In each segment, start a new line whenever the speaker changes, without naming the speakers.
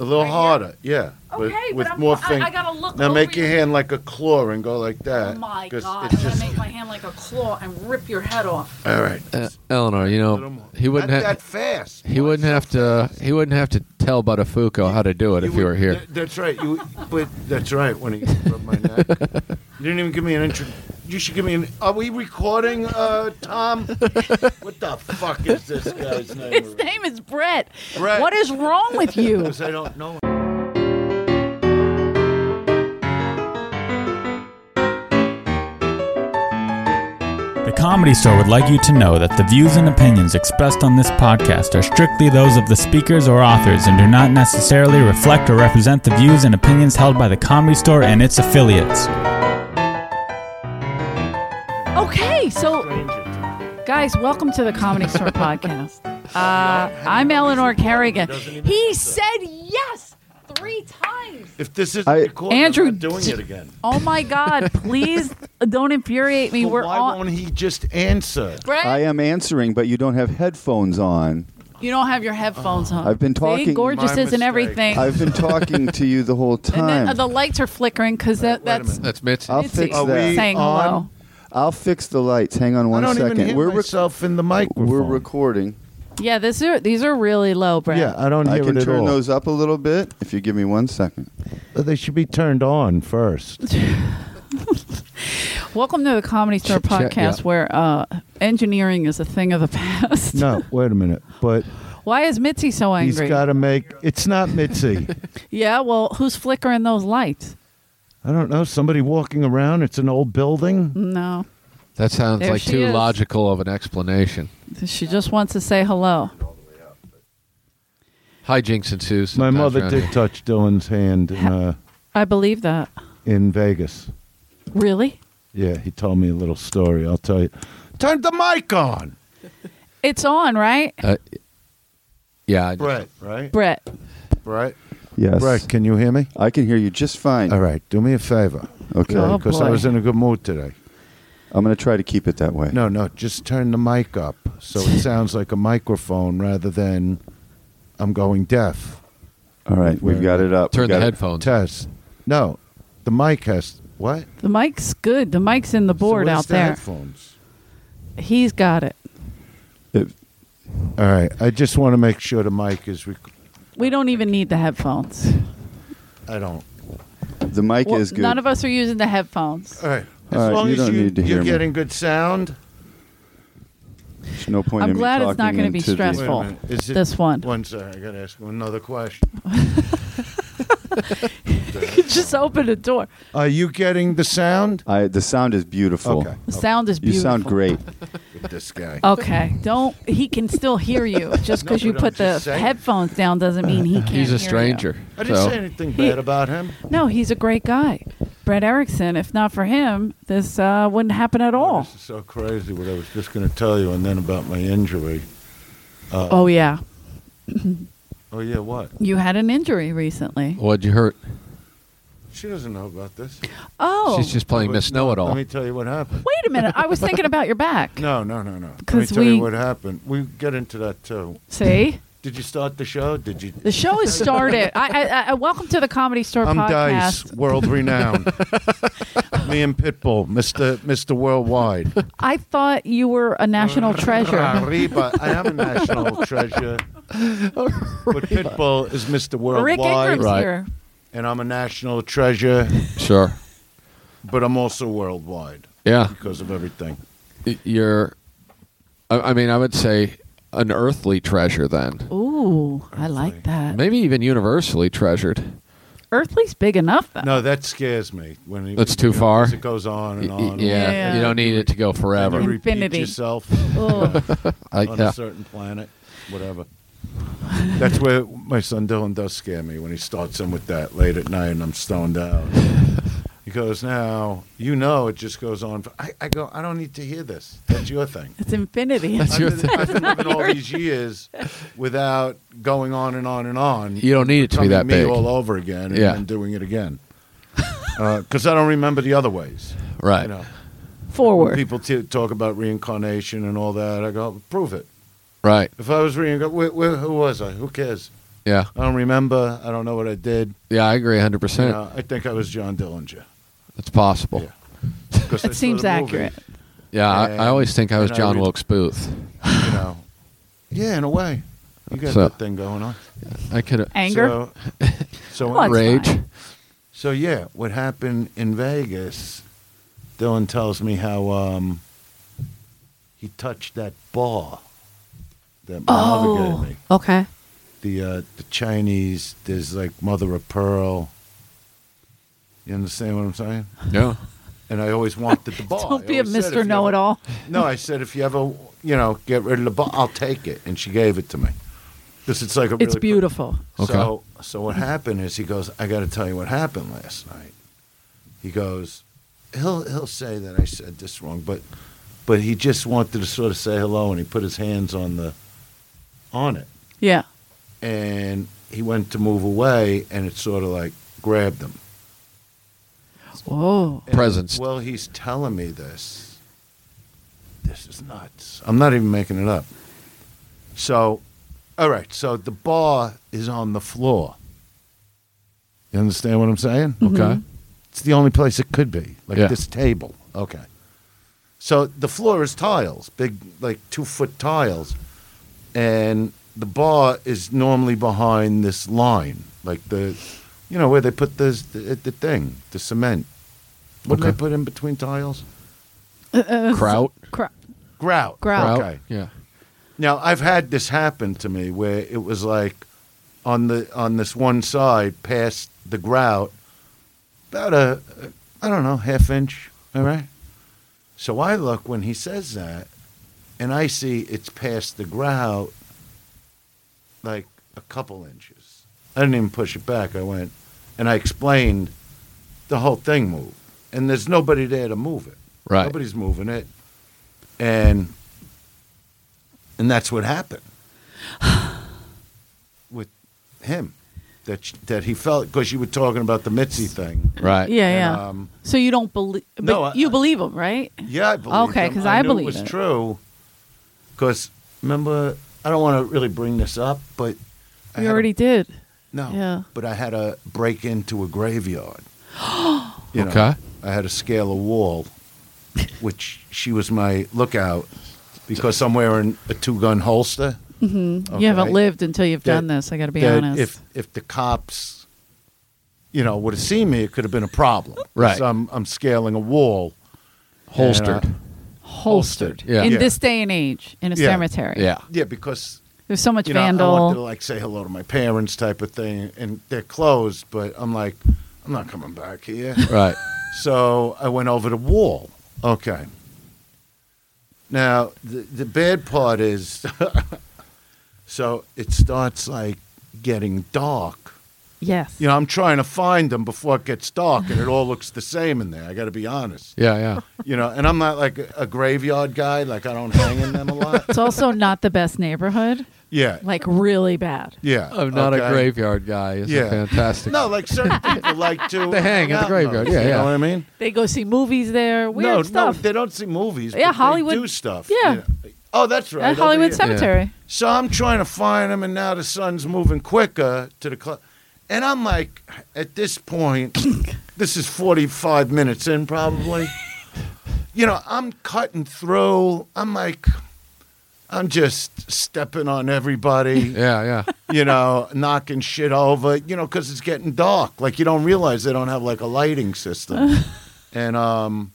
A little
Right here?
harder, yeah. with-
Okay, but
with
I'm-
more
I-
fing-
I gotta look
Now
over
make your
your-
hand like a claw and go like
Oh
that.
my
'cause
god!
it's
I'm gonna
just-
make my hand like a claw and rip your head off.
all right.
Uh, Eleanor, you
Little
know
more.
he wouldn't
Not
ha-
that fast.
he wouldn't have to he wouldn't have to tell Buttafuoco how to do it if he
would-
were here.
that- that's right. You, but that's right. When he rubbed my neck, you didn't even give me an intro. You should give me an. Are we recording, uh, Tom? what the fuck is this guy's name?
His name is Brett.
Brett.
What is wrong with you?
Because I don't know.
The Comedy Store would like you to know that the views and opinions expressed on this podcast are strictly those of the speakers or authors and do not necessarily reflect or represent the views and opinions held by the Comedy Store and its affiliates.
Okay, so
Stranger to me.
guys, welcome to the Comedy Store podcast. Uh, I'm Eleanor Kerrigan. He said yes three times.
If this is
I-
recorded,
Andrew,
I'm not doing it again.
Oh my God! Please don't infuriate me.
But
We're
why
on.
won't he just answer?
Brett,
I am answering, but you don't have headphones on.
you don't have your headphones on.
I've been
See,
talking-
gorgeous
My
isn't
mistake.
everything.
I've been talking to you the whole
and then uh,
time.
the lights are flickering because that,
Wait a
that's
minute.
That's Mitch.
I'll
Mitzi
fix
Are we
that.
saying hello.
on?
I'll fix the lights. Hang on
I
one
don't even
second.
hear
We're rec-
myself in the microphone.
we're recording.
Yeah, this are these are really low, Brett.
yeah, I don't hear
I can
it at
turn
all.
those up a little bit if you give me one second.
They should be turned on first.
Welcome to the Comedy Store
Ch- check,
podcast,
yeah.
where uh, engineering is a thing of the past.
No, wait a minute. But
Why is Mitzi so
he's
angry?
got to make. It's not Mitzi.
yeah, well, who's flickering those lights?
I don't know. Somebody walking around. It's an old building.
No,
That sounds
There
like
she
too
is.
logical of an explanation.
she just wants to say hello.
Hijinks ensues.
My
sometimes
mother
around
did
here.
touch Dylan's hand in, uh,
I believe that.
in Vegas.
Really?
Yeah, he told me a little story. I'll tell you. Turn the mic on,
It's on, right,
Uh, yeah, I-
Brett. Right,
Brett?
Brett.
Yes.
Brett, can you hear me?
I can hear you just fine.
All right. Do me a favor,
Okay.
Oh,
because I
boy.
was in a good mood today.
I'm going to try to keep it that way.
No, no. Just turn the mic up so it sounds like a microphone rather than I'm going deaf.
All right. We've got it up.
turn
We've got
the
it-
headphones.
Test. No, the mic has what?
The mic's good. The mic's in the
So
board
where's
out
the
there.
Headphones.
He's got it.
It-
All right. I just want to make sure the mic is. Rec-
We don't even need the headphones.
I don't.
the mic
Well,
is good.
None of us are using the headphones.
All right. As
All right,
long
you
as
don't
you,
need to
you're
hear me.
getting good sound.
There's no point
I'm
in me
glad it's
talking
not gonna be
into the-
Wait a
stressful. Full.
minute, Is it
This one.
One second. I got to ask you another question.
You just open the door.
Are you getting the sound?
I, the sound is beautiful.
Okay.
The sound is
Oh, You
beautiful.
sound great.
With this guy.
Okay, don't. He can still hear you. Just
No,
because you
but I'm
put the
just saying.
headphones down doesn't mean he can't.
he's
hear
a
you.
stranger.
I didn't
so-
say anything
He-
bad about him.
No, he's a great guy, Brett Erickson. If not for him, this uh, wouldn't happen at all.
Oh, This is so crazy what I was just going to tell you and then about my injury.
Oh yeah,
Oh, yeah, what?
you had an injury recently.
What'd you hurt?
She doesn't know about this.
Oh,
She's just playing
But
Miss Know It
Let me
All.
tell you what happened.
wait a minute. I was thinking about your back.
No, no, no, no. Let me
'Cause
tell you
we-
what happened. We get into that too.
See,
Did you start the show? Did you?
the show has started. I, I, I welcome to the Comedy Store
I'm
podcast.
Dice, world renowned. Me and Pitbull, Mr. Mr. Worldwide.
I thought you were a national treasure.
Arriba. I am a national treasure. But Pitbull is Mr.
Rick
Worldwide,
Ingram's
Right.
here.
and I'm a national treasure,
Sure.
but I'm also worldwide
Yeah.
because of everything.
Y- You're. I, I mean, I would say an earthly treasure then.
Ooh, I like that.
Maybe even universally treasured.
Earthly's big enough though.
No, that scares me. When it-
That's too
you know,
far.
'cause It goes on and
Y-
on.
y-
and
yeah.
on.
Yeah.
You don't need it to go
And you
forever.
repeat
Infinity.
yourself.
Oh.
I,
on
yeah.
a certain planet, whatever. That's where my son Dylan does scare me when he starts in with that late at night and I'm stoned out. He goes, Now, you know, it just goes on. For, I, I go, I don't need to hear this. That's your thing.
It's infinity.
That's your
I've been, I've been living all these years without going on and on and on.
You don't need it to be
Becoming
that
me
big.
all over again and
Yeah.
then doing it again. Because I don't remember the other ways.
Right.
You know,
Forward.
people t- talk about reincarnation and all that. I go, prove it.
Right.
If I was reading, where, where, who was I? Who cares?
Yeah.
I don't remember. I don't know what I did.
Yeah, I agree 100%.
You know, I think I was John Dillinger.
It's possible.
Yeah. 'Cause I saw
That seems
the movie,
accurate.
Yeah, I, I always think I was
And I
John
read-
Wilkes Booth.
you know. Yeah, in a way. You got
So-
that thing going on.
I could
Anger.
So, so
Well, it's-
rage.
fine.
So yeah, what happened in Vegas? Dylan tells me how um, he touched that bar that my mother
oh,
gave me.
okay.
The uh, the Chinese, there's like mother of pearl. You understand what I'm saying?
No.
And I always wanted the bar. I
Don't be a
always said, if you
Mister
ever-
Know It All.
No, I said if you ever you know get rid of the bar, I'll take it. And she gave it to me. This it's like a
It's
really pr-
beautiful.
Okay.
so, so what happened is he goes, I got to tell you what happened last night. He goes, he'll he'll say that I said this wrong, but but he just wanted to sort of say hello, and he put his hands on the on it,
Yeah.
and he went to move away, and it sort of like grabbed him.
Whoa.
And
Presence.
Well, he's telling me this. This is nuts. I'm not even making it up. So, all right. So the bar is on the floor. You understand what I'm saying?
Okay.
Mm-hmm.
It's the only place it could be, like
Yeah.
this table. Okay. So the floor is tiles, big, like two foot tiles. And the bar is normally behind this line, like the, you know, where they put this, the, the thing, the cement. What do
Okay.
they put in between tiles?
Kraut.
Crap.
Grout.
Grout.
Kraut.
Okay.
Yeah.
Now I've had this happen to me where it was like on the on this one side past the grout, about a I don't know half inch. All right. So I look when he says that, and I see it's past the grout, like a couple inches. I didn't even push it back. I went, and I explained the whole thing moved, and there's nobody there to move it.
Right.
Nobody's moving it, and and that's what happened with him that sh- that he felt because you were talking about the Mitzi thing.
Right.
Yeah,
And,
yeah.
um,
so you don't believe, but
No, I-
you believe him, right?
Yeah, I believe.
Okay,
him.
'cause
I,
I
knew
believe
it was
it.
true. Because remember, I don't want to really bring this up, but I had
You
a-
already did.
no,
yeah.
but I had to break into a graveyard. You know,
Okay.
I had to scale a wall, which she was my lookout because I'm wearing a two gun holster. Mm-hmm.
You haven't lived until you've
That-
done this. I got to be
that
honest.
If if the cops, you know, would have seen me, it could have been a problem.
Right.
So I'm I'm scaling a wall, And,
Holstered.
uh,
holstered
Yeah.
in
Yeah.
this day and age in a
Yeah.
cemetery.
yeah.
yeah, because
There's so much
you know I
vandal.
wanted to like say hello to my parents, type of thing, and they're closed, but I'm like, I'm not coming back here.
Right.
So I went over the wall. Okay. Now the the bad part is, so it starts like getting dark.
yes.
You know, I'm trying to find them before it gets dark, and it all looks the same in there. I got to be honest.
Yeah, yeah.
You know, and I'm not like a, a graveyard guy. Like I don't hang in them a lot.
it's also not the best neighborhood.
Yeah,
Like really bad.
yeah.
I'm not
okay.
a graveyard guy. It's
Yeah.
fantastic.
No, like certain people like to
They hang at the
out in
graveyard.
those,
Yeah,
you
yeah.
know what I mean.
They go see movies there. Weird
no, no,
stuff.
they don't see movies.
Yeah,
but they
Hollywood-
do stuff.
yeah.
Oh, that's right.
At
over
Hollywood
here.
Cemetery.
So I'm trying to find him, and now the sun's moving quicker to the club. And I'm like, at this point, this is 45 minutes in, probably. you know, I'm cutting through. I'm like, I'm just stepping on everybody,
yeah, yeah.
you know, knocking shit over, you know, because it's getting dark. Like, you don't realize they don't have like a lighting system. and, um,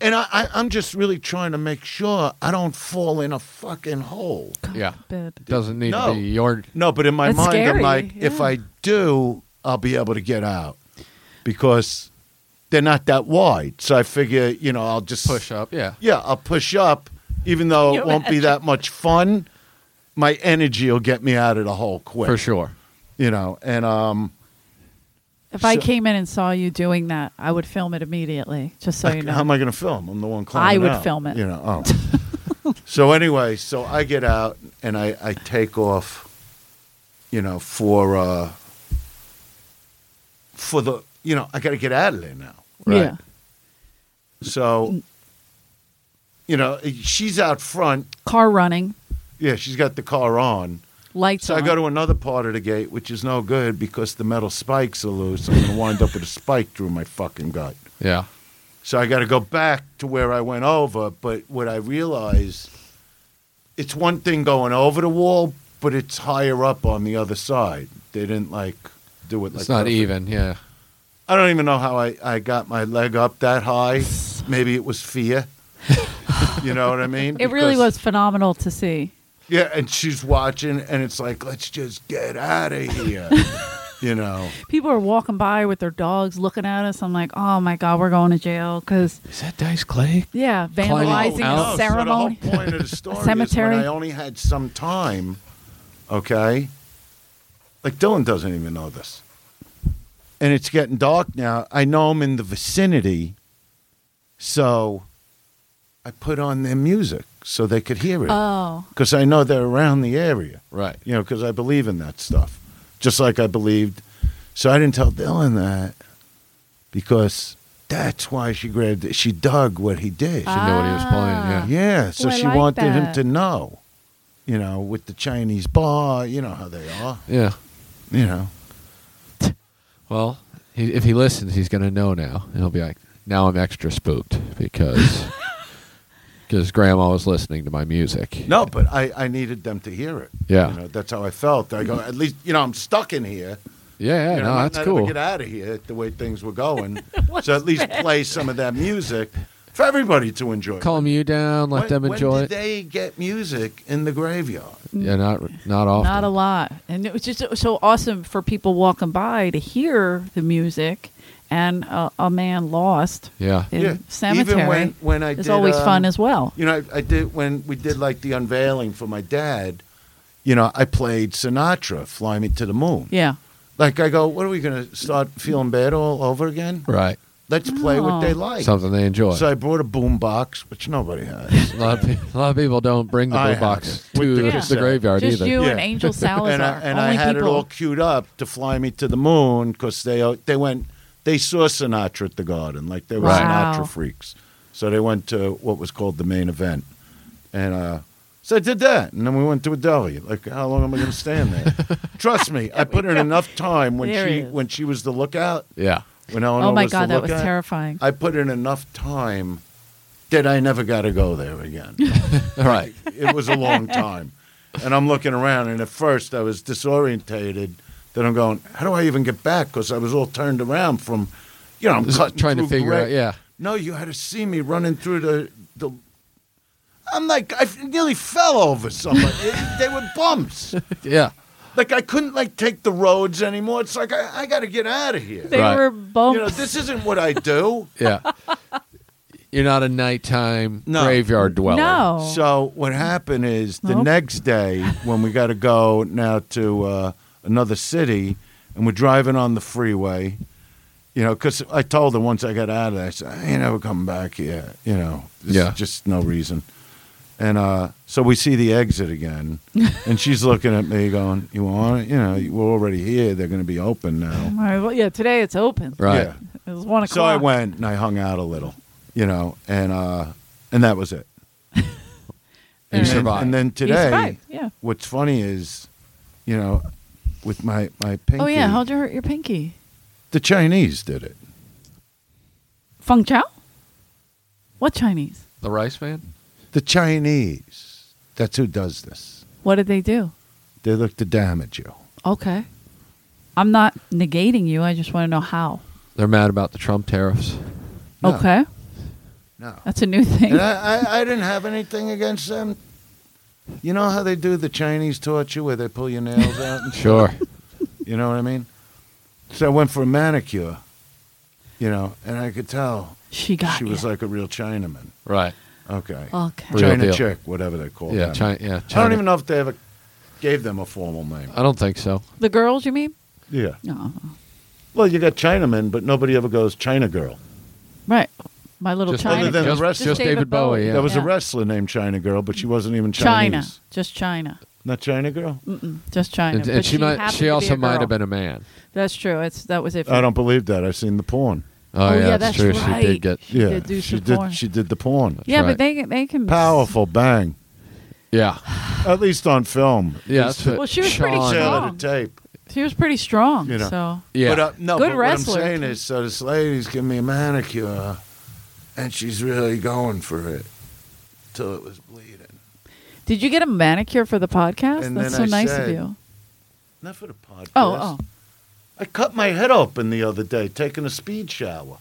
and I, I, I'm just really trying to make sure I don't fall in a fucking hole.
Yeah.
Bad.
Doesn't need
No.
to be your
No, but in my
That's
mind,
scary,
I'm like, if
yeah.
I do, I'll be able to get out because they're not that wide. So I figure, you know, I'll just
push up. Yeah.
Yeah, I'll push up, even though
You
it won't be that much fun. My energy will get me out of the hole quick,
For sure.
You know, and um,
If I
So-
came in and saw you doing that, I would film it immediately, just so you know.
how am I going to film? I'm the one climbing.
I would
out,
film it.
You know. Oh. so anyway, so I get out and I, I take off. You know, for uh, for the you know, I got to get out of there now.
Right.
Yeah. Mm.
So, you know, she's out front.
Car running.
Yeah, she's got the car on.
Lights
So I
on.
go to another part of the gate, which is no good because the metal spikes are loose. I'm going to wind up with a spike through my fucking gut.
Yeah.
So I got to go back to where I went over. But what I realized, it's one thing going over the wall, but it's higher up on the other side. They didn't like do it.
It's
like
not
perfect.
even. Yeah.
I don't even know how I, I got my leg up that high. Maybe it was fear. you know what I mean?
it really
Because-
was phenomenal to see.
Yeah, and she's watching, and it's like, let's just get out of here. you know?
People are walking by with their dogs looking at us. I'm like, oh my God, we're going to jail because,
Is that Dice Clay?
yeah, vandalizing
out.
so the whole
a ceremony.
point of the story
cemetery.
is when I only had some time, okay? Like Dylan doesn't even know this. And it's getting dark now. I know I'm in the vicinity, so I put on their music so they could hear it.
oh,
Because I know they're around the area.
Right.
you know, because I believe in that stuff, just like I believed. So I didn't tell Dylan that because that's why she grabbed it. She dug what he did.
She knew what he was playing. Yeah.
yeah, so
Oh, I
she
like
wanted him
that.
to know, you know, with the Chinese bar, you know how they are,
Yeah.
you know.
Well, he, if he listens, he's going to know now. And he'll be like, now I'm extra spooked because because grandma was listening to my music.
No, but I, I needed them to hear it.
Yeah.
You know, that's how I felt. I go, at least, you know, I'm stuck in here.
Yeah, yeah,
you know,
no,
I'm
that's
not
cool.
Ever get out of here the way things were going. so at least play some of that music for everybody to enjoy.
Calm you down, let
When-
them
when
enjoy
did
it.
they get music in the graveyard?
Yeah, not not often.
not a lot. And it was just so awesome for people walking by to hear the music and a, a man lost
Yeah.
in
Yeah.
cemetery.
Even when- when I
is
did,
always
um,
fun as well.
You know, I, I did when we did like the unveiling for my dad. You know, I played Sinatra, "Fly Me to the Moon."
Yeah.
Like I go, what are we going to start feeling bad all over again?
Right.
Let's play what they
No.
like.
Something they enjoy.
So I brought a boom box, which nobody has.
a, lot of pe- a lot of people don't bring the
I
blue
had
box
it. With
to
the
the,
cassette.
graveyard
Just
either.
you and
Yeah.
Angel Salazar.
and I, and
only
I had
people.
it all queued up to fly me to the moon because they uh, they went they saw Sinatra at the Garden like they were
Wow.
Sinatra freaks, so they went to what was called the main event, and uh, so I did that, and then we went to a deli. Like, how long am I going to stand there? Trust me, I put in enough time when
There
she
it is.
when she was the lookout.
Yeah.
When Eleanor
oh my
was the
God, that was
lookout,
terrifying.
I put in enough time that I never got to go there again
Right.
it was a long time. And I'm looking around, and at first I was disorientated. Then I'm going, how do I even get back? Because I was all turned around from, you know, I'm
Just
cutting
trying to
through
figure
gra-
out, yeah.
No, you had to see me running through the. the I'm like, I nearly fell over somebody. It- they were bumps.
Yeah.
Like, I couldn't, like, take the roads anymore. It's like, I, I got to get out of here.
they
Right.
were
You
bumps.
know, this isn't what I do.
Yeah. You're not a nighttime
No.
graveyard dweller.
no.
So what happened is the
Nope.
next day when we got to go now to uh, another city, and we're driving on the freeway, you know, because I told her once I got out of there, I said I ain't ever coming back here, you know, there's
Yeah.
just no reason. And uh, so we see the exit again, and she's looking at me going, "You want it? You know, we're already here. They're going to be open now."
All right, well, yeah, today it's open.
Right.
Yeah.
It was one o'clock.
So I went and I hung out a little, you know, and uh, and that was it.
You
and,
survived.
Then, and then
You
today,
survived, yeah.
what's funny is, you know, with my my pinky.
Oh yeah, how'd you hurt your pinky?
the Chinese did it.
Feng Chao? What Chinese?
The rice man?
The Chinese. That's who does this.
What did they do?
They look to damage you.
Okay. I'm not negating you. I just want to know how.
They're mad about the Trump tariffs.
No.
Okay.
No.
That's a new thing.
And I, I, I didn't have anything against them. You know how they do the Chinese torture where they pull your nails out and
Sure.
You know what I mean? So I went for a manicure, you know, and I could tell
she got Oh.
she
you.
was like a real Chinaman.
right.
Okay.
okay.
Real
China
deal.
chick, whatever they call
Yeah,
them.
China, yeah.
I
China.
don't even know if they ever gave them a formal name.
I don't think so.
The girls, you mean? Oh,
Yeah.
No.
Well, you got Chinamen, but nobody ever goes China girl.
Right. My little
Just
China.
other than the
girl.
rest-
just David Bowie, yeah.
There was
Yeah.
a wrestler named China girl, but she wasn't even
China. Mm.
Chinese.
Just China.
Not China girl?
Mm-mm. Just China.
And,
But
and she might.
happened
She
to be
also
a
might
girl.
have been a man.
That's true. It's that was it. for
I
me.
don't believe that. I've seen the porn.
Oh,
Oh,
yeah,
yeah, that's
true.
right.
She did get.
She
yeah.
did do
she
some
did
porn.
she did the porn.
Yeah,
right.
but they they can
Powerful bang.
Yeah.
At least on film.
Yeah. That's what
Well, she was pretty
Sean-
Sell
strong.
it a tape.
She was pretty strong.
You know.
So
Yeah.
But, uh, no,
Good
but
wrestler,
what I'm saying
too.
is, so this lady's giving me a manicure, and she's really going for it till it was bleeding.
did you get a manicure for the podcast?
And
That's so
then I
nice of
said-
you.
Not for the podcast.
Oh, oh.
I cut my head open the other day taking a speed shower.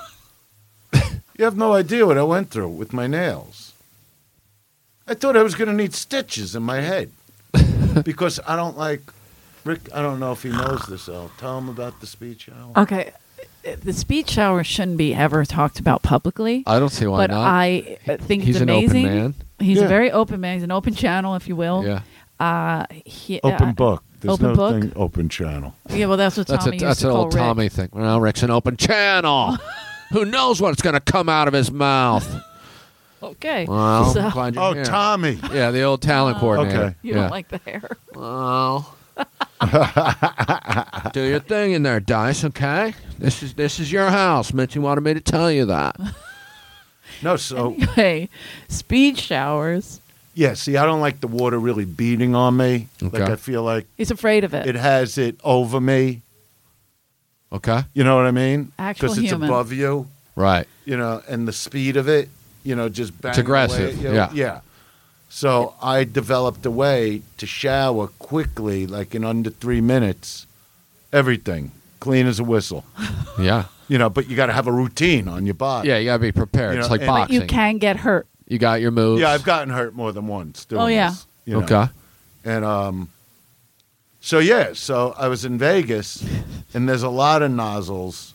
you have no idea what I went through with my nails. I thought I was going to need stitches in my head because I don't like Rick. I don't know if he knows this. I'll tell him about the speed shower.
Okay. oh. Uh, The speed shower shouldn't be ever talked about publicly.
I don't see why
but
not.
I uh, think
He's
it's
an open
amazing.
man.
He's
Yeah.
a very open man. He's an open channel, if you will.
yeah.
Uh, he,
open
uh,
book. There's
open
no
book?
thing open channel.
Yeah, well, that's what
That's,
Tommy
a,
used
that's
to
an
call
old
Rick.
Tommy thing. Well, Rick's an open channel. Who knows what's going to come out of his mouth?
Okay.
Well,
so, Uh,
I'm glad you're
Oh,
here.
Tommy.
Yeah, the old talent coordinator.
Okay.
you
yeah.
don't like the hair.
Well, Oh. do your thing in there, Dice. Okay, this is this is your house. Mitchie wanted me to tell you that.
No, so
Anyway, speed showers.
yeah. See, I don't like the water really beating on me. Like
Okay.
I feel like
He's afraid of it.
it has it over me.
Okay,
You know what I mean?
Actual
it's
human.
above you.
right.
you know, and the speed of it, you know, just bang
aggressive,
Away, at you.
yeah.
yeah. So I developed a way to shower quickly, like in under three minutes, everything clean as a whistle.
Yeah,
You know, but you got to have a routine on your body.
yeah. You gotta be prepared.
You
it's
know,
like
and-
but
boxing.
you can get hurt.
You got your moves.
yeah. I've gotten hurt more than once. Doing
Oh, yeah.
this, you know.
okay.
And um, so yeah, so I was in Vegas, and there's a lot of nozzles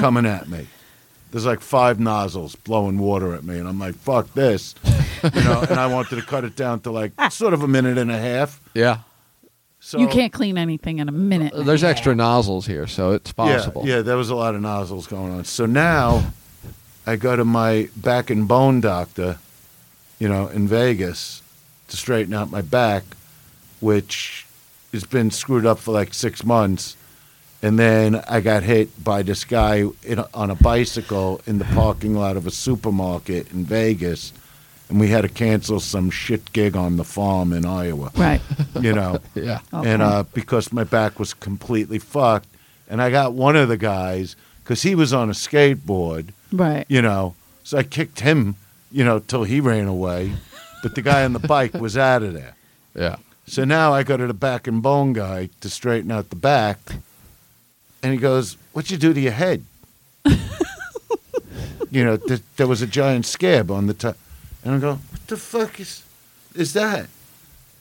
coming at me. There's like five nozzles blowing water at me, and I'm like, "Fuck this," you know. and I wanted to cut it down to like sort of a minute and a half.
Yeah.
So
you can't clean anything in a minute.
Uh,
There's extra nozzles here, so it's possible.
Yeah, yeah, there was a lot of nozzles going on. So now I go to my back and bone doctor, you know, in Vegas to straighten out my back, which has been screwed up for like six months. And then I got hit by this guy in, on a bicycle in the parking lot of a supermarket in Vegas. And we had to cancel some shit gig on the farm in Iowa,
right.
you know.
Yeah.
Okay.
and uh, because my back was completely fucked, and I got one of the guys because he was on a skateboard,
right.
you know, so I kicked him, you know, till he ran away, but the guy on the bike was out of there.
Yeah.
So now I go to the back and bone guy to straighten out the back, and he goes, "What'd you do to your head?" you know, th- there was a giant scab on the top, and I go, "What the fuck is is that?"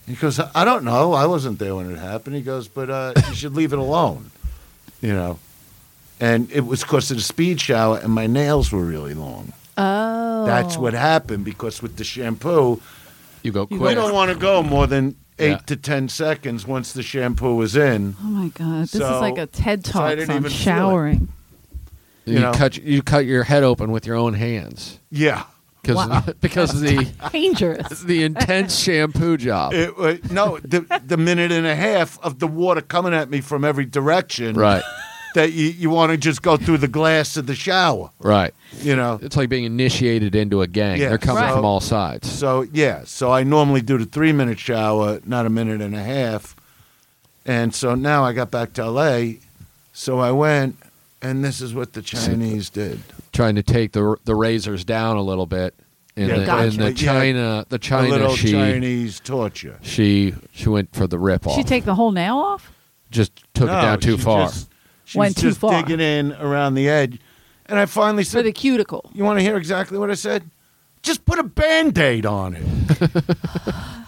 He goes, "I I don't know. I wasn't there when it happened." He goes, "But uh, you should leave it alone," you know. And it was because of the speed shower, and my nails were really long.
Oh.
That's what happened because with the shampoo,
You go
You
quick.
we don't want to go more than eight
Yeah.
to ten seconds once the shampoo is in.
Oh my God! This
So-
is like a TED
so I
talk
didn't
on
even feel it.
showering.
you,
you know.
cut you cut your head open with your own hands
Yeah.
because
Wow.
because the
Dangerous.
the intense shampoo job.
It, wa- no, the, the minute and a half of the water coming at me from every direction.
right.
That you, you want to just go through the glass of the shower,
Right.
you know?
It's like being initiated into a gang.
Yeah,
They're coming
Right.
from
so-
all sides.
So, yeah. So I normally do the three minute shower, not a minute and a half. And so now I got back to LA. So I went, and this is what the Chinese did.
trying to take the the razors down a little bit. And,
Yeah,
the,
Gotcha.
and the
yeah,
China, the
a
China,
little
she,
Chinese torture.
she, she went for the rip off.
She take the whole nail off?
just took
No,
it down too
she
far.
Just, she's
Went too
just
far.
digging in around the edge. And I finally
For
said,
the cuticle.
You want to hear exactly what I said? Just put a band aid on it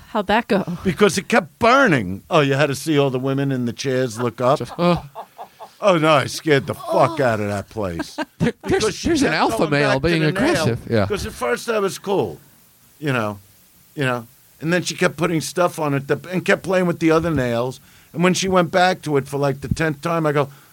How'd that go?
because it kept burning. Oh, you had to see all the women in the chairs look up.
Oh,
Oh, no, I scared the
Oh.
fuck out of that place.
there- there's there's an alpha male being aggressive. Yeah,
Because at first I was cool, you know, you know. And then she kept putting stuff on it that, and kept playing with the other nails. And when she went back to it for like the tenth time, I go,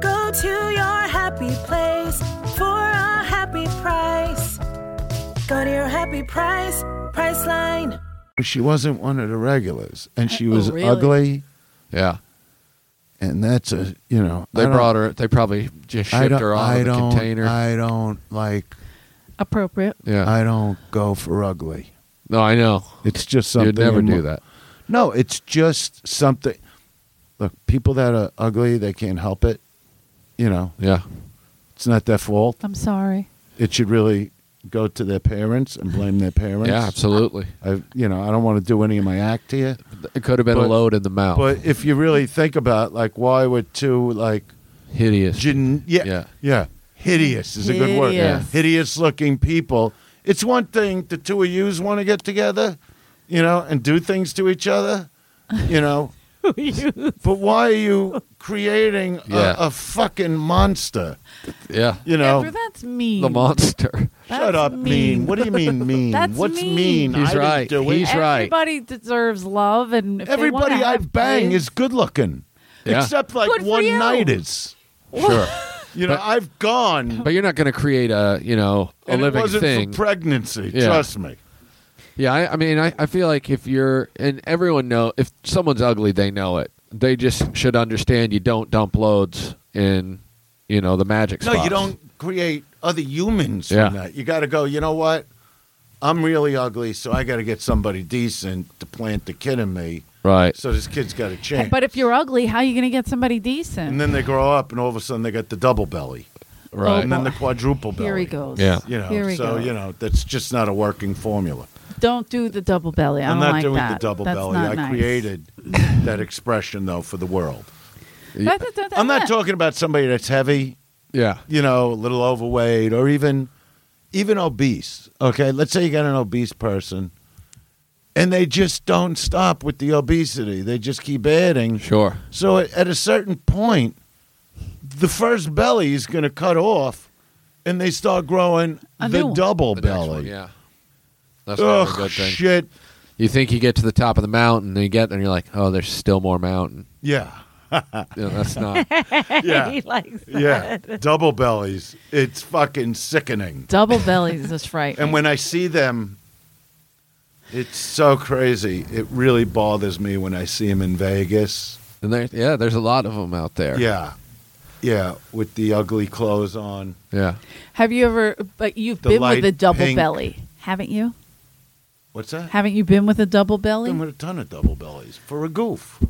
Go to your happy place for a happy price. Go to your happy price, Priceline.
She wasn't one of the regulars, and she was
Oh,
really?
ugly.
Yeah.
And that's a you know
They brought her. They probably just
I
shipped
don't.
her off
I
in a
don't.
container.
I don't like.
Appropriate.
yeah.
I don't go for ugly.
no, I know.
It's just something
You'd never
in my-
do that.
No, it's just something. Look, people that are ugly, they can't help it. You know,
Yeah.
it's not their fault.
I'm sorry.
It should really go to their parents and blame their parents.
Yeah, absolutely.
I, you know, I don't want to do any of my act here,
It could have been a
But-
load in the mouth.
but if you really think about, like, why were two like,
Hideous.
gen- yeah,
Yeah.
yeah, hideous is a good word.
Hideous.
Hideous looking people. It's one thing the two of yous want to get together, you know, and do things to each other, you know. But why are you creating
Yeah.
a, a fucking monster?
yeah.
You know,
Andrew, that's mean.
The monster.
shut
That's
up, mean.
mean.
What do you mean, mean?
That's
What's
mean.
mean?
He's
I didn't
right.
do it.
He's right.
Everybody deserves love, and if they wanna
Everybody I
have
bang
kids-
is good looking,
Yeah.
except like
Good for
one
you.
nighters.
Sure.
You know,
But-
I've gone.
But you're not going to create a you know a
and it
living
wasn't
thing.
for pregnancy.
Yeah.
Trust me.
yeah. I, I mean, I, I feel like if you're and everyone know if someone's ugly, they know it. They just should understand you don't dump loads in you know the magic.
No,
spots.
you don't create other humans
Yeah.
from that. You got to go. You know what? I'm really ugly, so I got to get somebody decent to plant the kid in me.
Right.
So this kid's got a chance.
But if you're ugly, how are you going to get somebody decent?
and then they grow up, and all of a sudden they got the double belly,
Right.
and then the quadruple belly.
Here he goes.
Yeah.
You know,
Here he
so
goes.
you know that's just not a working formula.
Don't do the double belly. I
I'm
don't
not
like
doing
that.
the double
That's
belly.
not
I
nice.
created that expression though for the world.
That- that- that-
I'm not
that-
talking about somebody that's heavy,
yeah.
you know, a little overweight, or even even obese. Okay, let's say you got an obese person, and they just don't stop with the obesity. They just keep adding.
Sure.
So at at a certain point, the first belly is going to cut off, and they start growing
A new
the
one.
double
The next
belly.
one, yeah. That's never a
Ugh,
good thing.
shit.
You think you get to the top of the mountain, and you get there, and you're like, oh, there's still more mountain.
Yeah.
You know, that's not.
Yeah.
He likes that.
yeah. Double bellies. It's fucking sickening.
Double bellies is right.
And when I see them, it's so crazy. It really bothers me when I see them in Vegas.
And there, yeah, there's a lot of them out there.
Yeah. Yeah, with the ugly clothes on.
Yeah.
Have you ever? But you've
The
been
light
with a double
pink.
belly, haven't you?
What's that?
Haven't you been with a double
I've
belly?
been with a ton of double bellies for a goof.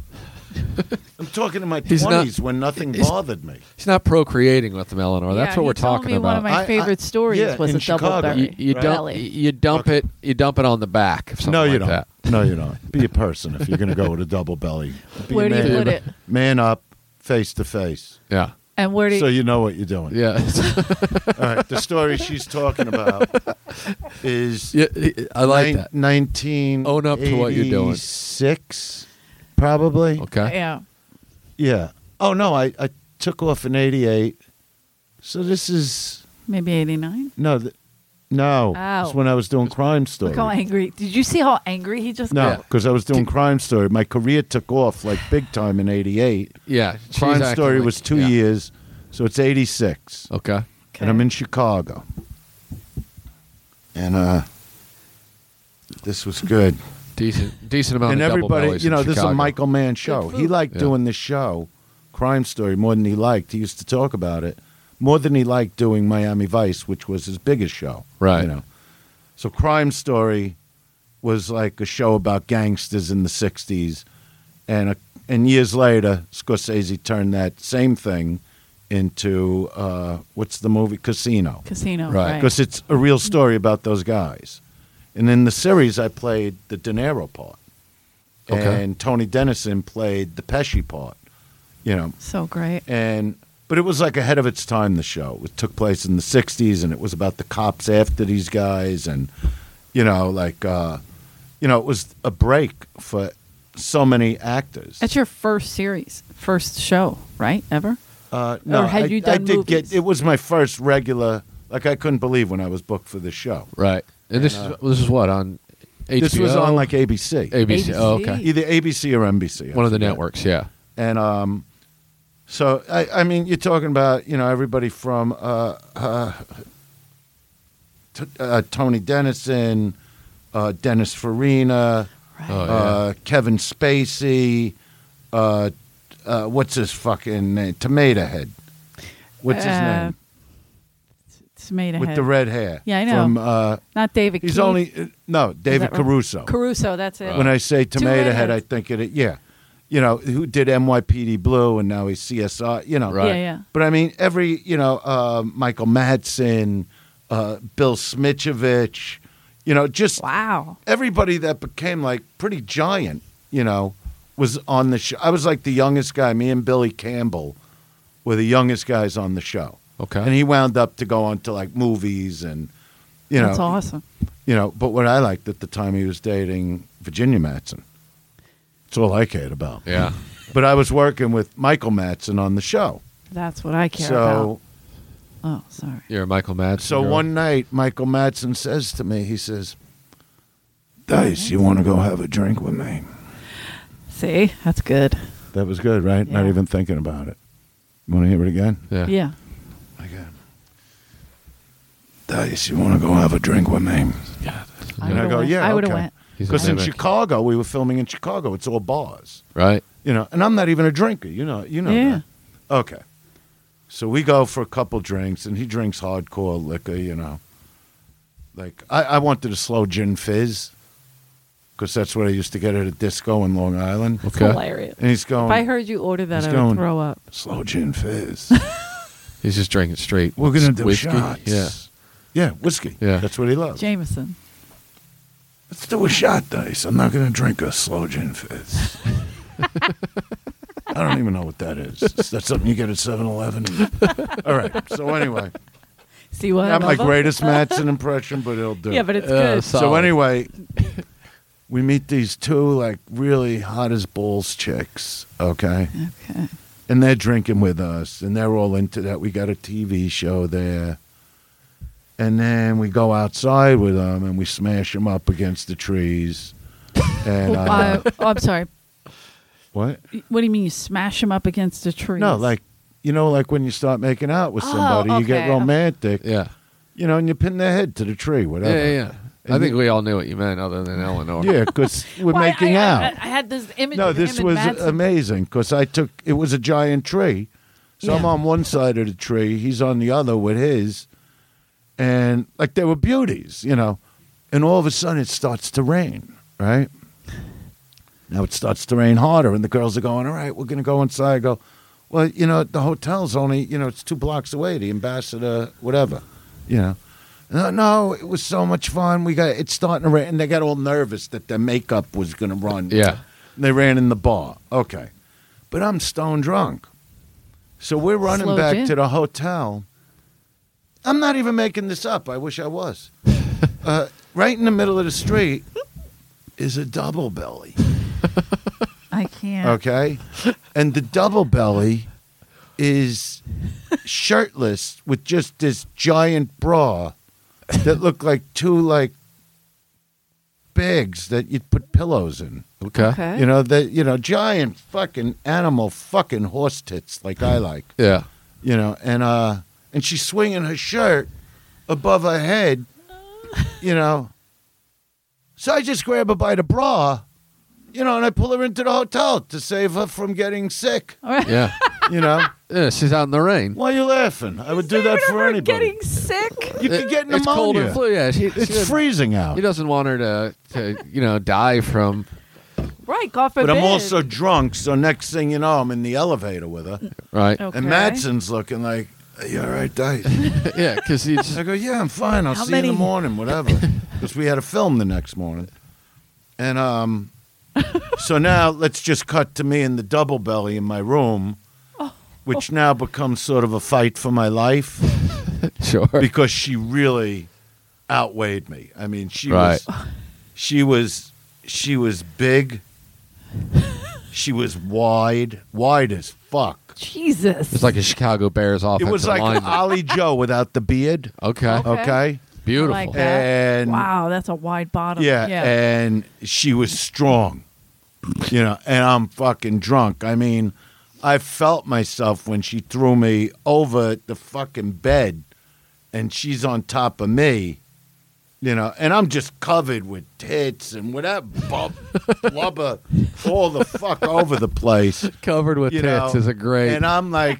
I'm talking in my
He's not-
20s when nothing
he's-
bothered me.
He's not procreating with them, Eleanor.
Yeah,
That's what
he
we're
told
talking
me One
about.
of my
I- I-
favorite stories
yeah,
was
in
a double
Chicago.
you,
belly.
you e-
Right.
dump
belly.
you dump it you dump it on the back. Of something
No, you
like
don't.
That.
No, you don't. Be a person if you're going to go with a double belly. Be a
Where do you
man-
put it?
Man up, face to face.
Yeah,
And where do
So
you?
you know what you're doing.
yeah.
All right. The story she's talking about is
yeah. I like that.
nineteen.
Own up to what you're doing.
Six, probably.
Okay.
yeah.
Yeah. Oh no, I I took off in '88. So this is
Maybe eighty nine.
no, th- no.
Oh.
It's when I was doing Crime
Look how
Story.
angry. Did you see how angry he just
No,
Yeah.
got?
because I was doing Crime Story. My career took off like big time in '88.
Yeah. she's
Crime
acting
Story
like-
was two
yeah.
years, so it's '86.
Okay.
and I'm in Chicago. And uh, this was good.
Decent decent amount.
and
of double
everybody,
bellies
you
in
know, this is a
Chicago.
Michael Mann show.
food.
He liked
Yeah.
doing this show, Crime Story, more than he liked. He used to talk about it more than he liked doing Miami Vice, which was his biggest show.
Right.
You know, so Crime Story was like a show about gangsters in the '60s, and a, and years later, Scorsese turned that same thing into uh, what's the movie Casino
Casino.
Right.
Right. Mm-hmm.
because it's a real story about those guys. And in the series, I played the De Niro part,
Okay.
and Tony Dennison played the Pesci part. You know,
So great.
and but it was like ahead of its time. The show it took place in the '60s, and it was about the cops after these guys, and you know, like uh, you know, it was a break for so many actors.
That's your first series, first show, right? Ever?
Uh, no,
Or had
I,
you done
I did
movies?
get. It was my first regular. Like I couldn't believe when I was booked for this show.
Right. And this is this is what on HBO.
uh, This was on like ABC,
ABC. Oh,
ABC.
okay.
either ABC or NBC. I
One of the
forget.
networks. Yeah.
And um, so I, I mean, you're talking about you know everybody from uh, uh, t- uh, Tony Dennison, uh, Dennis Farina,
Right.
Oh, yeah.
uh, Kevin Spacey, uh, uh, what's his fucking name? Tomato Head. What's his
Uh,
name?
Tomato
With
head.
the red hair.
Yeah, I know.
From, uh,
Not David.
he's
Keith.
only uh, no
Is
David
that right?
Caruso.
Caruso. That's it.
When I say Tomato Head, I
redheads.
think it. Yeah, you know who did NYPD Blue and now he's CSI. You know,
Right.
Yeah, yeah.
But I mean, every you know, uh, Michael Madsen, uh, Bill Smitchovich, you know, just
Wow.
everybody that became like pretty giant, you know, was on the show. I was like the youngest guy. Me and Billy Campbell were the youngest guys on the show.
Okay.
and he wound up to go on to like movies and you know,
That's awesome.
you know. But what I liked at the time, he was dating Virginia Madsen. That's all I cared about.
Yeah.
But I was working with Michael Madsen on the show,
That's what I care
so.
about. Oh, sorry.
You're a Michael Madsen.
So
girl.
one night, Michael Madsen says to me, he says, Dice, you want to go have a drink with me?
See, that's good.
That was good, right? Not
Yeah.
even thinking about it. You want to hear it again?
Yeah.
Yeah.
I got Dice, you want to go have a drink with me? And I
would've
go,
went.
yeah,
I would have
okay.
went.
He's a
Because in
mimic.
Chicago, we were filming in Chicago. It's all bars,
Right.
you know. And I'm not even a drinker, you know. You know
Yeah.
that. Okay. So we go for a couple drinks, and he drinks hardcore liquor, you know. Like I, I wanted a slow gin fizz, because that's what I used to get at a disco in Long Island.
It's
Okay.
hilarious.
And he's
if I
going
heard you order
Um,
that,
It's
I would
going-
throw up.
slow gin fizz.
He's just drinking straight.
We're gonna do
whiskey.
shots.
Yeah.
Yeah, whiskey.
Yeah.
That's what he loves.
Jameson.
Let's do a shot, Dice. I'm not going to drink a slow gin fizz. I don't even know what that is. Is that something you get at 7 Eleven? All right. So, anyway,
See what? I
not my
love him?
greatest Matson impression, but it'll do.
Yeah, but it's
Uh,
good.
so-
so,
solid.
anyway, we meet these two, like, really hot as balls chicks, okay?
Okay.
and they're drinking with us and they're all into that we got a tv show there and then we go outside with them and we smash them up against the trees and uh,
Uh, oh, I'm sorry.
what
What do you mean you smash him up against a tree?
no like you know like when you start making out with somebody you get
Oh, okay.
romantic
Yeah.
you know and you pin their head to the tree
Yeah.
whatever
Yeah. yeah. I think we all knew what you meant, other than Eleanor.
because we're making
I, I-
out
I, I had this image.
no
of him
this
and
was
Madsen.
amazing because i took it was a giant tree so i'm
Yeah.
on one side of the tree he's on the other with his and like they were beauties you know and all of a sudden it starts to rain right now it starts to rain harder and the girls are going all right we're going to go inside I go well you know the hotel's only you know it's two blocks away the ambassador whatever you know no, no, it was so much fun. We got it's starting to rain, and they got all nervous that their makeup was going to run.
Yeah.
And they ran in the bar. Okay. But I'm stone drunk. So we're running
Slow
back
gin.
to the hotel. I'm not even making this up. I wish I was. uh, right in the middle of the street is a double belly.
I can't.
Okay. And the double belly is shirtless with just this giant bra that looked like two like bags that you'd put pillows in.
Okay.
Okay.
You know, the you know, giant fucking animal fucking horse tits like I like.
Yeah.
You know, and uh and she's swinging her shirt above her head, you know. So I just grab her by the bra, you know, and I pull her into the hotel to save her from getting sick,
All right.
Yeah.
you know.
yeah. She's out in the rain.
Why are you laughing? I would do that for
Remember
anybody.
Getting sick.
you could get pneumonia.
It's cold and flu. Yeah. She, she
It's
doesn't-
freezing out.
He doesn't want her to, to you know, die from.
Right. God forbid.
but I'm also drunk, so next thing you know, I'm in the elevator with her.
Right.
Okay.
And Madsen's looking like, Are you all right, Dice?
Yeah, because he's.
I go, yeah, I'm fine. I'll
How
see you
many-
in the morning, whatever. Because we had a film the next morning. And um, so now let's just cut to me in the double belly in my room,
Oh.
which now becomes sort of a fight for my life
Sure.
because she really outweighed me. I mean, she was she was she was big. she was wide, wide as fuck.
Jesus.
It's like a Chicago Bears offensive
It was like
lineman.
Ollie Joe without the beard.
okay.
Okay.
Okay.
Beautiful.
I like that.
And
wow, that's a wide bottom.
yeah, and she was strong. You know, and I'm fucking drunk. I mean, I felt myself when she threw me over the fucking bed and she's on top of me. You know, and I'm just covered with tits and whatever bub, blubber all the fuck over the place.
Covered with
you
tits
know,
is a great.
And I'm like,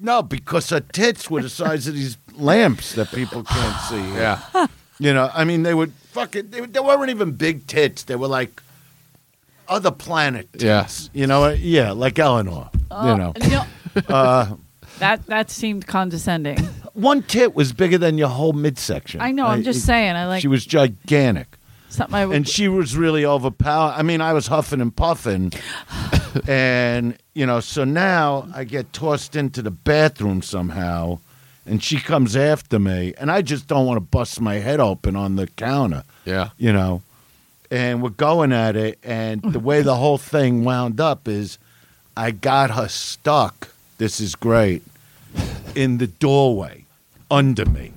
no, because her tits were the size of these lamps that people can't see.
yeah.
You know, I mean, they would fucking, they, they weren't even big tits. They were like other planet tits.
Yes.
You know, yeah, like Eleanor.
Oh,
you know,
No.
Uh,
that that seemed condescending.
one tit was bigger than your whole midsection.
I know. I'm just saying. I like
She was gigantic.
something. I would,
And she was really overpowered. I mean, I was huffing and puffing. and, you know, so now I get tossed into the bathroom somehow, and she comes after me, and I just don't want to bust my head open on the counter.
Yeah.
you know, and we're going at it. And the way the whole thing wound up is I got her stuck. This is great in the doorway under me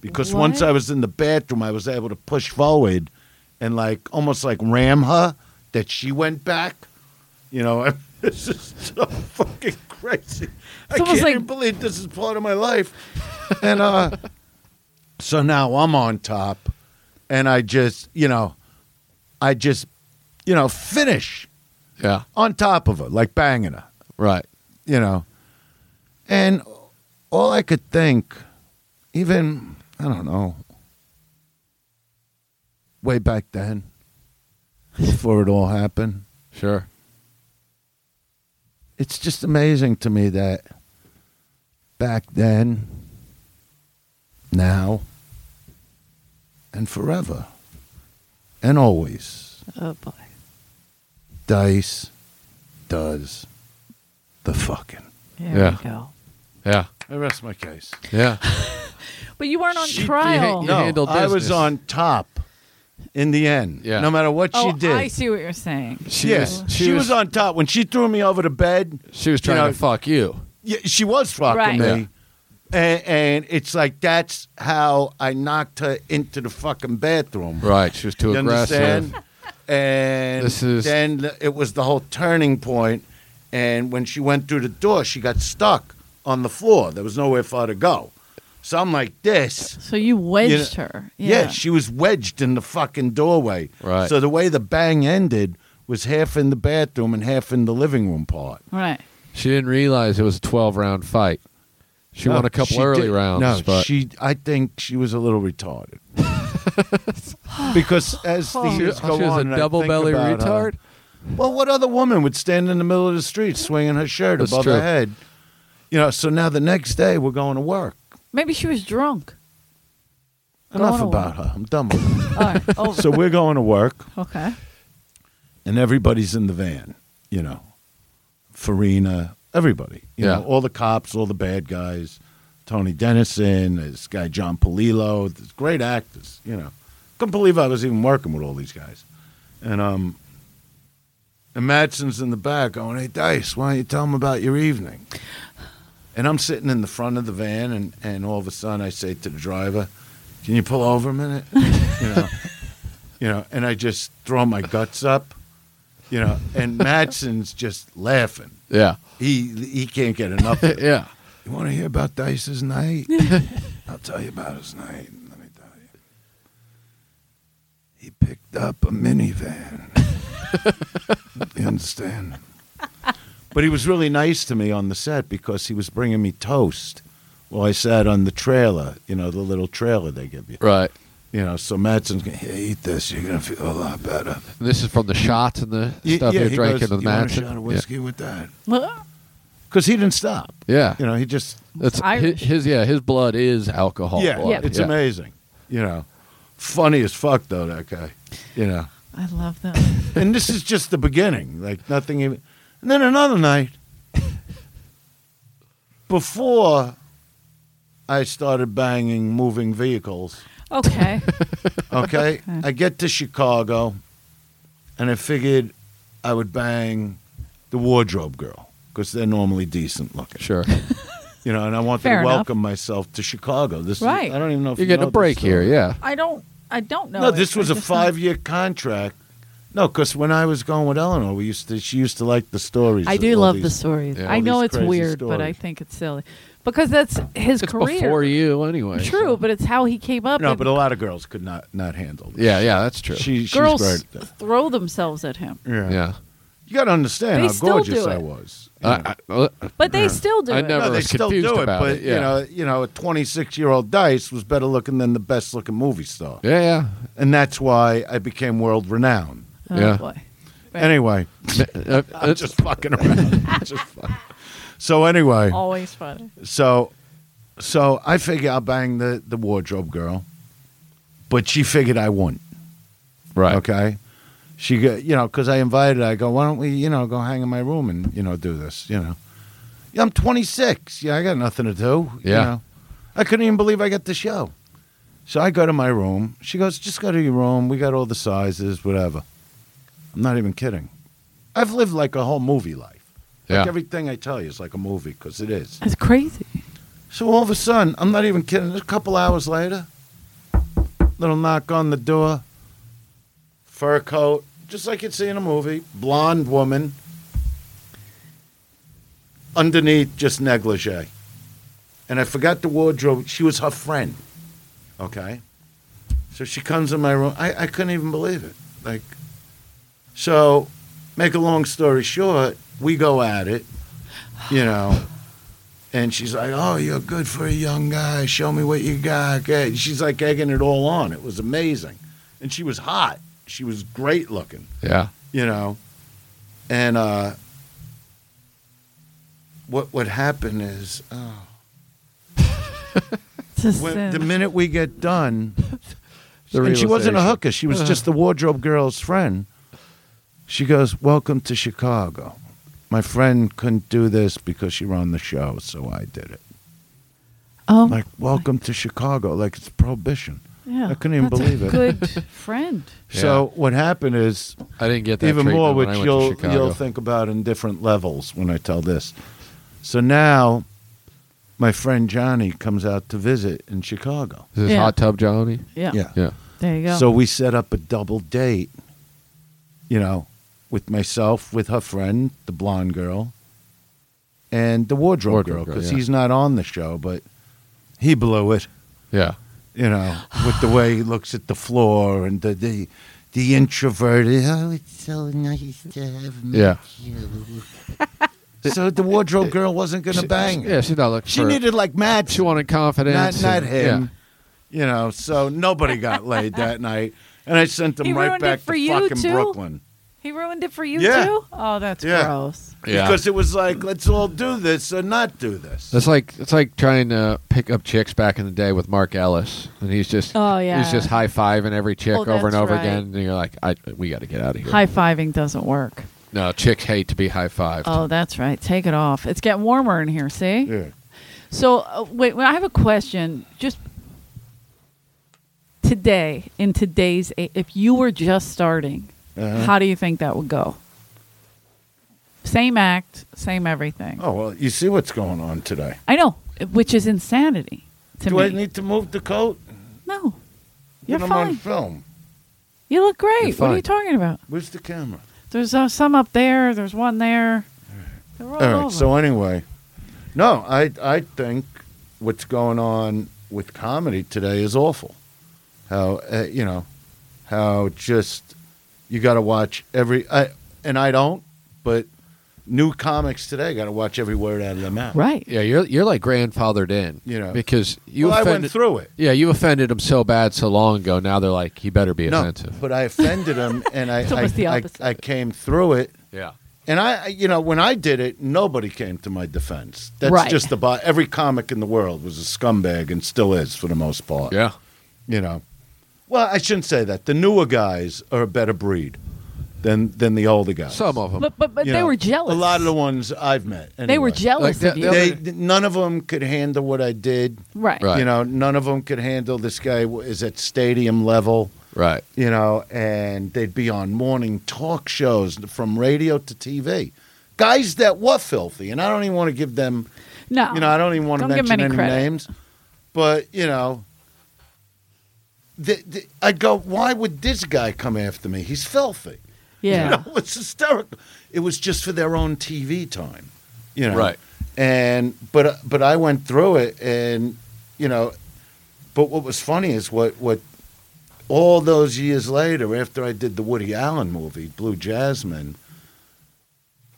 because once
What?
I was in the bathroom, I was able to push forward and like almost like ram her that she went back. You know, this is so fucking crazy. I
almost
can't
like-
even believe this is part of my life. And uh, so now I'm on top, and I just you know, I just you know finish
Yeah.
on top of her like banging her
Right.
you know. And all I could think, even, I don't know, way back then, before it all happened,
Sure.
it's just amazing to me that back then, now, and forever, and always,
oh boy.
Dice does the fucking.
There
Yeah.
we go.
Yeah.
I rest my case.
Yeah.
But you weren't on
She-
trial.
you
no,
handled
I was
business.
on top in the end.
Yeah.
No matter what
oh,
she did.
I see what you're saying.
She
yeah,
was-
she, was, on top when she threw me over the bed.
She was trying
you know,
to fuck you.
yeah, she was fucking
Right.
me.
Yeah.
And, and it's like that's how I knocked her into the fucking bathroom.
Right. She was too
You
aggressive.
understand? And
This is-
then the- it was the whole turning point. And when she went through the door, she got stuck on the floor. There was nowhere for her to go. So I'm like this.
So you wedged her.
Yeah.
Yeah.
she was wedged in the fucking doorway.
Right.
So the way the bang ended was half in the bathroom and half in the living room part.
right.
She didn't realize it was a 12 round fight. She
No,
won a couple
she
early
did-
rounds,
No,
but
she. I think she was a little retarded. because as the
she,
years
she
go
was
on, and
a
I
double
think
belly
about uh, her-
retard.
well, what other woman would stand in the middle of the street swinging her shirt
That's
above
true.
her head? You know. So now the next day we're going to work.
Maybe she was drunk.
Enough
Going to
about her. I'm done with her.
All right. Oh,
so we're going to work.
okay.
and everybody's in the van, you know, Farina, everybody, you
Yeah.
know, all the cops, all the bad guys, Tony Dennison, this guy John Palillo, this great actors, you know. Couldn't believe I was even working with all these guys. And um and Madsen's in the back going, Hey Dice, why don't you tell them about your evening? And I'm sitting in the front of the van and, and all of a sudden I say to the driver, Can you pull over a minute? you know. You know, and I just throw my guts up you know, and Madsen's just laughing.
Yeah.
He he can't get enough. Of it.
Yeah.
You want to hear about Dice's night? I'll tell you about his night. Let me tell you. He picked up a minivan. you understand? But he was really nice to me on the set because he was bringing me toast while I sat on the trailer. You know, the little trailer they give you.
Right.
You know, so Madsen's gonna here, eat this. You're gonna feel a lot better.
And this is from the shots and the
Y-
stuff you're
he
drinking
goes,
and the
you want a
match.
shot of whiskey with that?
Well,
because he didn't stop.
Yeah.
You know, he just
That's hi-
Irish.
his, yeah, his blood is alcohol.
yeah,
blood.
it's amazing. You know, funny as fuck though that guy. You know,
I love that.
and this is just the beginning. Like nothing even. And then another night, before I started banging moving vehicles.
Okay.
okay? I get to Chicago. and I figured I would bang the wardrobe girl because they're normally decent looking.
Sure.
You know, and I wanted
Fair
to
enough.
welcome myself to Chicago. This is-
Right.
I don't even know if
You're
you
getting
know
a break
this
here,
story.
yeah.
I don't. I don't know.
No,
it.
this was a
I just-
five-year contract. No, because when I was going with Eleanor, we used to. She used to like the stories.
I
of
do
all
love the
these-
stories.
Yeah.
I
all
know
these
it's
crazy
weird, but I
stories.
think it's silly because that's his
It's
career.
before you, anyway.
True,
so-
but it's how he came up.
No,
and
but a lot of girls could not not handle. This.
yeah, yeah, that's true.
she she's
girls
great.
throw themselves at him,
Yeah.
yeah. Uh,
you got to understand
They
how
still do
gorgeous I
it.
was.
I, I,
but they still do
I
it.
never-
No, they
was
still
confused
do it,
about
but
it, yeah.
you know, you know, a 26 year old Dice was better looking than the best looking movie star,
yeah, yeah.
and that's why I became world renowned.
Oh,
Yeah.
boy.
Anyway,
Uh, uh,
I'm just fucking around. just fucking. So anyway,
Oh.
Always fun.
so so I figure I'll bang the the wardrobe girl, but she figured I wouldn't.
right.
Okay. She, go- you know, because I invited her, I go, why don't we, you know, go hang in my room and, you know, do this, you know. Yeah, I'm 26. Yeah, I got nothing to do. you
Yeah.
know. I couldn't even believe I got the show. So I go to my room. She goes, just go to your room. We got all the sizes, whatever. I'm not even kidding. I've lived like a whole movie life.
Yeah.
Like everything I tell you is like a movie because it is.
It's crazy.
So all of a sudden, I'm not even kidding. A couple hours later, little knock on the door, fur coat, just like you'd see in a movie, blonde woman, underneath just negligee, and I forgot the wardrobe. She was her friend, okay. So she comes in my room. I, I couldn't even believe it. Like, so make a long story short, we go at it, you know. And she's like, "Oh, you're good for a young guy. Show me what you got." Okay. She's like egging it all on. It was amazing, and she was hot. She was great looking,
Yeah.
you know. And uh, what what happened is, oh,
It's a
when,
sin.
the minute we get done,
The
and she wasn't a
realization.
hooker. She was just the wardrobe girl's friend. She goes, "Welcome to Chicago." My friend couldn't do this because she ran the show, so I did it.
oh,
Like, welcome to Chicago. Like it's prohibition.
yeah.
I couldn't even
That's a
believe it.
Good friend.
So what happened is
I didn't get that
even
treatment
more, which
when I went to
you'll
Chicago.
you'll think about in different levels when I tell this. So now, my friend Johnny comes out to visit in Chicago.
Is this
Yeah.
hot tub, Johnny?
Yeah.
Yeah.
Yeah.
There you go.
So we set up a double date. You know, with myself, with her friend, the blonde girl, and the wardrobe,
Wardrobe
girl,
girl,
because
yeah.
he's not on the show, but he blew it.
Yeah.
you know, with the way he looks at the floor and the the, the introverted. Oh, it's so nice to have met
Yeah.
you. so the wardrobe girl wasn't going to bang. her.
Yeah, she's not looking
she
for
needed like Matt.
She wanted confidence.
not not
and-
him. You know, so nobody got laid that night, and I sent them
He
right
ruined it
back
for
to
you,
fucking
too?
Brooklyn
he ruined it for you
Yeah.
too. Oh, that's
Yeah.
gross.
Yeah. yeah.
because it was like let's all do this or not do this.
It's like it's like trying to pick up chicks back in the day with Mark Ellis, and he's just
Oh, yeah.
he's just high fiving every chick
Oh,
over and
that's
over
right.
again, and you're like, I we got to get out of here.
High fiving doesn't work.
No, chicks hate to be high fived.
Oh, that's right. Take it off. It's getting warmer in here. See.
yeah.
So uh, wait, well, I have a question. Just today, in today's, a- if you were just starting,
Uh-huh.
how do you think that would go? Same act, same everything.
Oh well, you see what's going on today.
I know, which is insanity to
do
me.
I need to move the coat?
no, you're
Then I'm on
fine.
film.
You look
You're
great. What are you
fine.
talking about?
Where's the camera?
There's uh, some up there. There's one there. They're all,
All right.
over.
So anyway, no, I I think what's going on with comedy today is awful. How uh, you know how just you got to watch every I, and I don't, but new comics today got to watch every word out of their mouth.
right.
Yeah, you're you're like grandfathered in,
You know.
because you
well, I
offended.
went through it.
yeah, you offended him so bad so long ago. Now they're like, he better be
No,
offensive.
but I offended him, and I
It's
I,
almost the
I
opposite.
I came through it.
yeah,
And I, I- you know, when I did it, nobody came to my defense. That's
Right.
just about every comic in the world was a scumbag and still is for the most part.
yeah,
you know. Well, I shouldn't say that. The newer guys are a better breed. than than the older guys.
Some of them.
But but, but
You
they
know,
were jealous.
A lot of the ones I've met.
they were
anyway.
jealous
Like,
of
the-
you.
the
They
other-
none of them could handle what I did.
right.
Right.
You know, none of them could handle this guy w- is at stadium level.
Right.
You know, and they'd be on morning talk shows from radio to TV. Guys that were filthy, and I don't even want to give them.
No.
You know, I don't even want to
Don't give 'em
mention
any
any
credit.
names. But you know, the, the, I'd go. Why would this guy come after me? He's filthy.
Yeah.
You know, it's hysterical. It was just for their own TV time, you know.
Right.
And but uh, but I went through it, and you know, but what was funny is what what all those years later, after I did the Woody Allen movie, Blue Jasmine.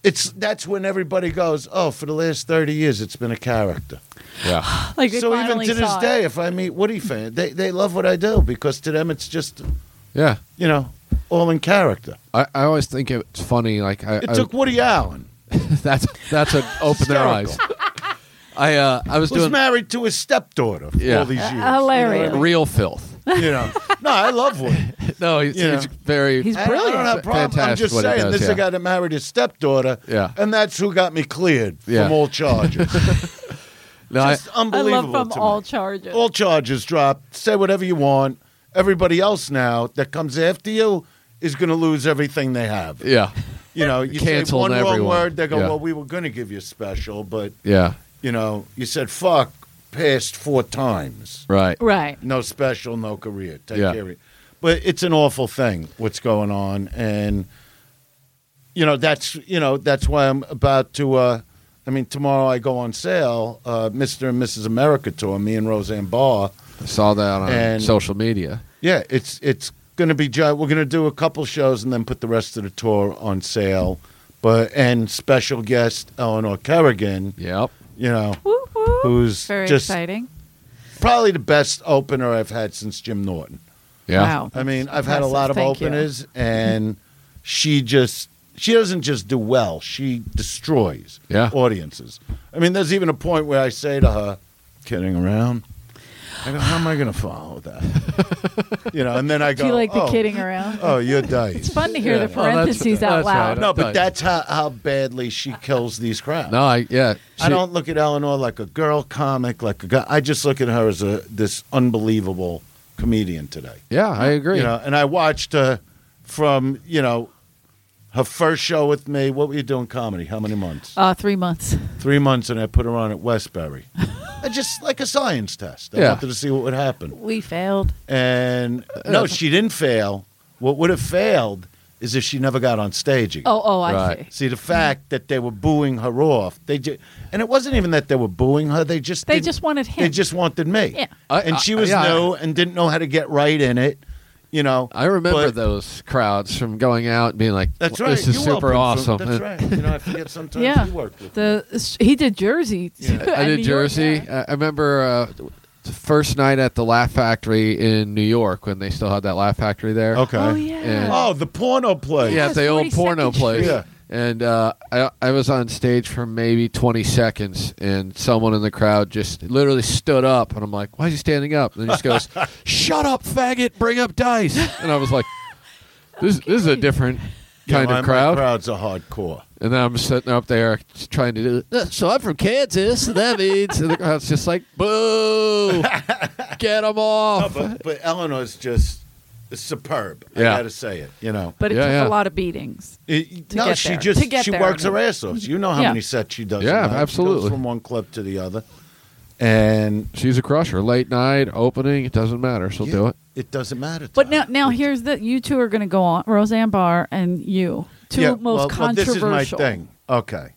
It's that's when everybody goes, oh, for the last thirty years, it's been a character.
Yeah.
Like they
so even
finally
to this
saw it.
day, if I meet Woody fans, they they love what I do because to them it's just
Yeah.
you know all in character.
I, I always think it's funny. Like I,
It
I-
took Woody Allen.
that's that's an open their eyes. I uh, I was
was
doing
married to his stepdaughter for
Yeah.
all
Uh,
these years.
Hilarious.
real filth.
You know, no, I love Woody.
No, he's,
You know.
he's very.
He's
I, I don't have a
F-
problem. I'm
fantastic
just
what he
saying,
does,
this is
yeah.
a guy that married his stepdaughter,
Yeah.
and that's who got me cleared
Yeah.
from all charges.
no, I-
just
I
unbelievable.
love from
to me. Oh.
all charges.
all charges dropped. Say whatever you want. Everybody else now that comes after you is going to lose everything they have.
yeah,
You know, you
Canceled
say one wrong
everyone.
word, they go,
Yeah.
"Well, we were going to give you special, but
yeah,
you know, you said fuck past four times."
right.
right.
no special, no career. Take
Yeah.
care of it. But it's an awful thing what's going on, and you know that's you know that's why I'm about to. Uh, I mean, tomorrow I go on sale, uh, Mr. and Mrs. America tour. Me and Roseanne Barr.
I saw that on
And-
social media.
Yeah, it's it's going to be. gi- We're going to do a couple shows and then put the rest of the tour on sale. But and special guest Eleanor Kerrigan.
Yep.
You know,
Woo woo.
Who's
very
just-
exciting.
probably the best opener I've had since Jim Norton.
Yeah.
Wow.
I mean,
That's
I've had a
impressive.
lot of
Thank you.
openers, and she just she doesn't just do well; she destroys
Yeah.
audiences. I mean, there's even a point where I say to her, "Kidding around." I go, "How am I going to follow that?" you know, and then I go,
Do you like the
oh,
kidding around?
Oh, you're dice.
It's fun to hear
Yeah.
the
Oh, that's-
parentheses out
that's
loud.
right.
No, but that's how, how badly she kills these crowds.
No, I yeah.
I
she-
don't look at Eleanor like a girl comic, like a guy. I just look at her as a this unbelievable comedian today.
Yeah, I agree.
You know, and I watched her from you know her first show with me. What were you doing comedy? How many months?
Uh, three months.
Three months, and I put her on at Westbury. I just like a science test. I
Yeah.
wanted to see what would happen.
We failed.
And no, she didn't fail. What would have failed is if she never got on stage again.
Oh, oh, I
Right.
see.
See the fact that they were booing her off. They ju- and it wasn't even that they were booing her. They just
They
didn't-
just wanted him.
They just wanted me.
Yeah.
I-
and
I-
she was
yeah, I-
new and didn't know how to get right in it. You know.
I remember
but-
those crowds from going out and being like,
That's
"Well,
right.
This is
you
super
opened for-
awesome."
that's right. You know, I forget sometimes
Yeah.
you worked with.
The he did Jersey.
Yeah.
too,
I
and
did
New York,
Jersey.
yeah.
I- I remember uh, the first night at the Laugh Factory in New York when they still had that Laugh Factory there.
Okay.
Oh yeah.
And-
Oh, the porno play.
Yeah,
Yes,
the old
42nd
porno place.
Street. Yeah.
And uh, I, I was on stage for maybe 20 seconds, and someone in the crowd just literally stood up, and I'm like, "Why is he standing up?" And he just goes, "Shut up, faggot! Bring up dice!" And I was like, "This, this is a different
You know,
kind
my-
of crowd."
My crowds are hardcore.
And then I'm sitting up there just trying to do. "Uh, So I'm from Kansas, and that means and the crowd's just like, "Boo! Get them
No,
off!"
but, but Eleanor's just superb.
Yeah.
I got to say it. You know.
But it
Yeah,
took
yeah.
a lot of beatings.
It-
To
no,
get
she
there.
just
To get
she
there,
works
I mean.
her ass off. You know how
Yeah.
many sets she does. a
Yeah,
night. She goes
absolutely.
from one club to the other, and
She's a crusher. Late night opening, it doesn't matter. She'll
yeah,
do it.
It doesn't matter. To
But
her.
now, now here's the you two are going to go on Roseanne Barr and you two
Yeah,
most
well, well,
controversial.
this is my thing. Okay,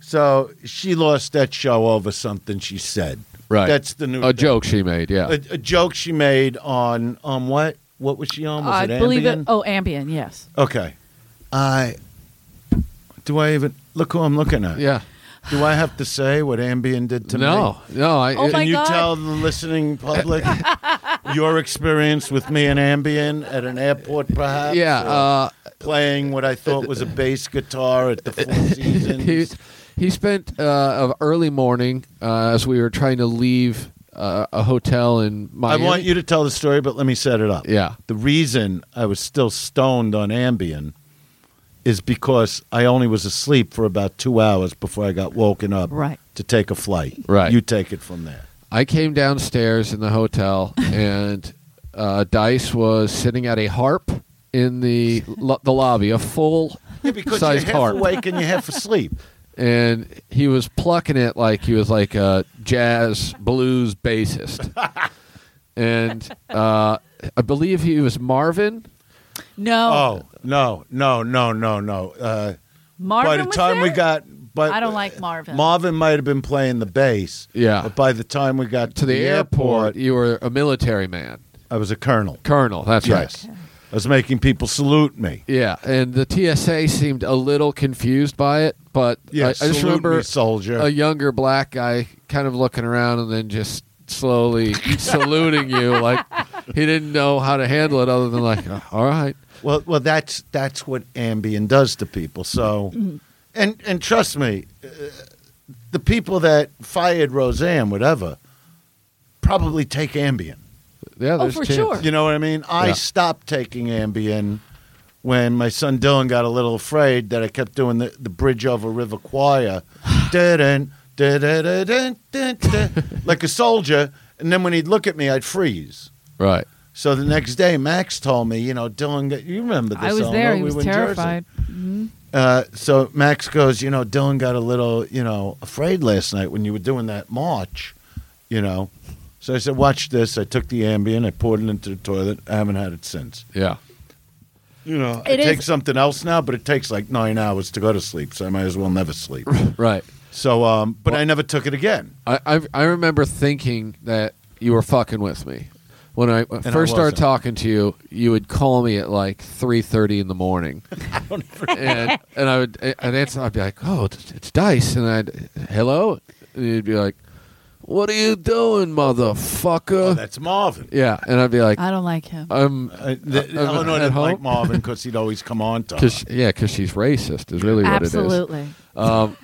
so she lost that show over something she said.
Right.
That's the new
A
thing.
joke she made. Yeah.
A, a joke she made on on what? What was she on? Was
I
it
believe
Ambien?
it. Oh, Ambien. Yes.
Okay. I do I even look who I'm looking at?
yeah.
Do I have to say what Ambien did to me?
no, no. I,
Oh
it-
my
Can you
God.
tell the listening public your experience with me and Ambien at an airport, perhaps?
yeah.
or
Uh,
playing what I thought was a bass guitar at the Four
he
Seasons.
he spent uh, of early morning uh, as we were trying to leave uh, a hotel in
I
Miami.
want you to tell the story, but let me set it up.
Yeah.
The reason I was still stoned on Ambien is because I only was asleep for about two hours before I got woken up
Right.
to take a flight.
Right.
You take it from there.
I came downstairs in the hotel, and uh, Dice was sitting at a harp in the lo- the lobby, a full
Yeah, because
size
you're half
harp,
awake and you're half asleep.
and he was plucking it like he was like a jazz blues bassist, and uh, I believe he was Marvin.
No.
Oh no, no, no, no, no. Uh,
Marvin
by the
was
time we
there?
got, but
I don't like Marvin.
Marvin might have been playing the bass.
Yeah.
But by the time we got
To the airport, you were a military man,
I was a colonel.
colonel. That's
Yes.
right.
I was making people salute me.
Yeah, and the TSA seemed a little confused by it, but
Yeah,
I, I
salute
just remember uh,
me, soldier.
a younger black guy kind of looking around and then just slowly saluting you like he didn't know how to handle it other than like "Uh, all right
Well, well, that's that's what Ambien does to people. So,
Mm-hmm.
and and trust me, uh, the people that fired Roseanne, whatever, probably take Ambien.
yeah
Oh,
there's
for
chance.
sure.
You know what I mean? I
Yeah.
stopped taking Ambien when my son Dylan got a little afraid that I kept doing the, the Bridge Over River Choir. Dun-dun, dun-dun, dun-dun, dun-dun, like a soldier. And then when he'd look at me, I'd freeze.
right
So the next day, Max told me, you know, Dylan, got, you remember this?
I was
Eleanor,
there. He
we
was
were in Jersey.
terrified.
Uh, so Max goes, you know, Dylan got a little, you know, afraid last night when you were doing that march, you know. So I said, watch this. I took the Ambien, I poured it into the toilet. I haven't had it since.
yeah
You
Uh,
know,
It
I
is-
take something else now, but it takes like nine hours to go to sleep, so I might as well never sleep.
right
so, um, but I never took it again.
I, I i remember thinking that you were fucking with me when i
I
first started
wasn't.
talking to you you would call me at like 3.30 in the morning and, and i would i'd answer i'd be like oh it's, it's dice and i'd hello and you'd be like what are you doing motherfucker
Oh, that's Marvin.
Uh, Yeah, and I'd be like,
I don't like him.
I'm
Uh, the,
Uh, uh,
Eleanor
at
didn't like
home?
Marvin because he'd always come on to her.
because yeah, because she's racist is really what it
Absolutely.
is. Um,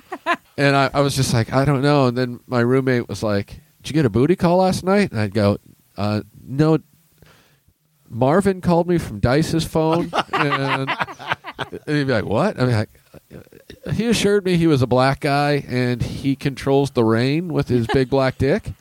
and I, I was just like, I don't know. And then my roommate was like, Did you get a booty call last night? And I'd go, uh, No. Marvin called me from Dice's phone, and, and he'd be like, "What?" I'm like, he assured me he was a black guy and he controls the rain with his big black dick.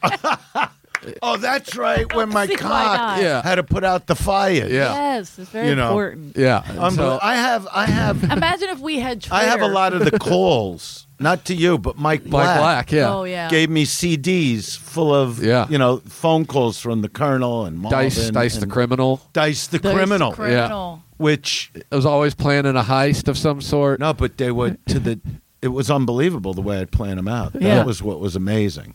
Oh, that's right. When my
See why
cock
not.
Yeah.
had to put out the fire.
Yeah.
Yes, it's very
You know.
important.
Yeah, and
Unbel-
so-
I have, I have,
Imagine if we had. Twitter.
I have a lot of the calls, not to you, but Mike Black,
Mike Black, yeah,
Oh yeah.
gave me CDs full of,
Yeah.
you know, phone calls from the Colonel and Marvin,
Dice, Dice the
and
criminal.
Dice the
Those
criminal,
criminal.
which
I was always planning a heist of some sort.
no, but they were to the. It was unbelievable the way I'd plan them out.
Yeah.
That was what was amazing.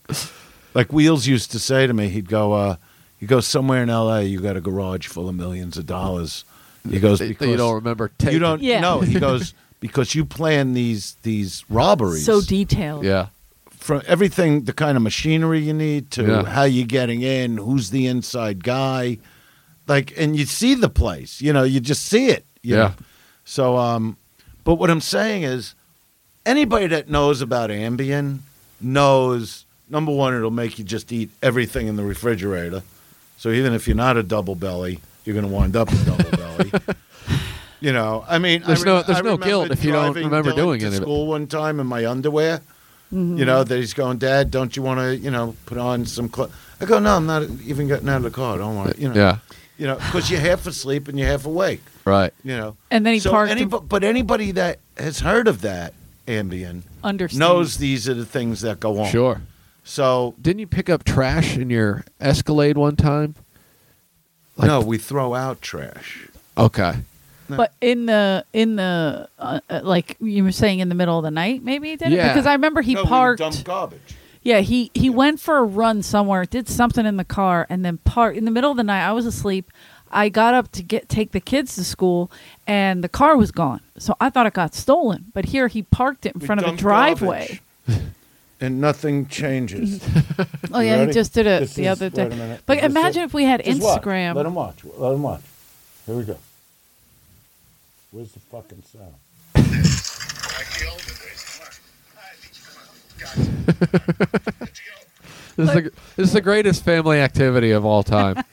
Like Wheels used to say to me, he'd go, uh, "You go somewhere in L.A., you got a garage full of millions of dollars." He goes,
that
because
you don't remember. Taking.
you don't
Yeah.
know. He goes because you plan these these robberies
So detailed.
Yeah,
from everything the kind of machinery you need to
Yeah.
how you're getting in who's the inside guy like and you see the place you know you just see it you
Yeah.
know? so um but what i'm saying is anybody that knows about ambien knows number one it'll make you just eat everything in the refrigerator so even if you're not a double belly you're going to wind up a double belly you know i mean I
There's no-
rem-
there's
I
no guilt
remember
if you don't
driving
remember
Dylan
doing
to
any of it.
school one time in my underwear you know,
Mm.
that he's going, Dad, don't you want to, you know, put on some clothes? I go, no, I'm not even getting out of the car. I don't want to, you know,
yeah,
you know, because you're half asleep and you're half awake,
right.
you know.
And then he
so
parked.
anybo- but anybody that has heard of that Ambien
Understand.
knows these are the things that go on.
Sure.
So
Didn't you pick up trash in your Escalade one time? Like-
no, we throw out trash.
Okay.
But in the in the uh, uh, like you were saying in the middle of the night, maybe he did
Yeah.
it because I remember he
no,
parked.
We dump garbage.
Yeah, he he went for a run somewhere, did something in the car, and then parked in the middle of the night. I was asleep. I got up to get take the kids to school, and the car was gone. So I thought it got stolen. But here he parked it in
We
front of a
dump
driveway.
garbage. And nothing changes.
Oh yeah,
Ready?
he just did it
This
the
is-
other
wait a
day.
minute.
But
This is
imagine
it.
if we had
Just watch.
Instagram.
Let him watch. Let him watch. Here we go. Where's the fucking sound?
This is, the, this is the greatest family activity of all time.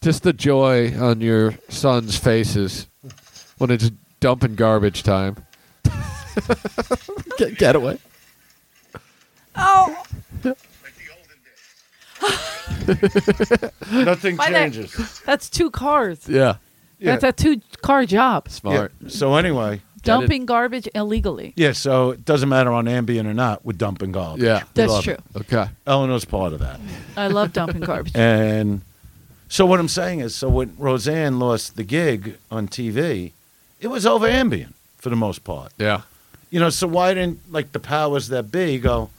Just the joy on your sons' faces when it's dumping garbage time. Get, get away.
Oh,
Nothing
Why not?
changes.
that's two cars.
Yeah.
Yeah.
That's a two car job.
Yeah.
Smart.
So anyway,
Dumping garbage illegally.
yeah. So it doesn't matter on Ambien or not. We're dumping
Yeah.
garbage.
That's
Love
true.
it. Okay.
Eleanor's part of that.
I love dumping garbage.
And so what I'm saying is, so when Roseanne lost the gig on TV, it was over Ambien for the most part.
Yeah.
You know, so why didn't like the powers that be go?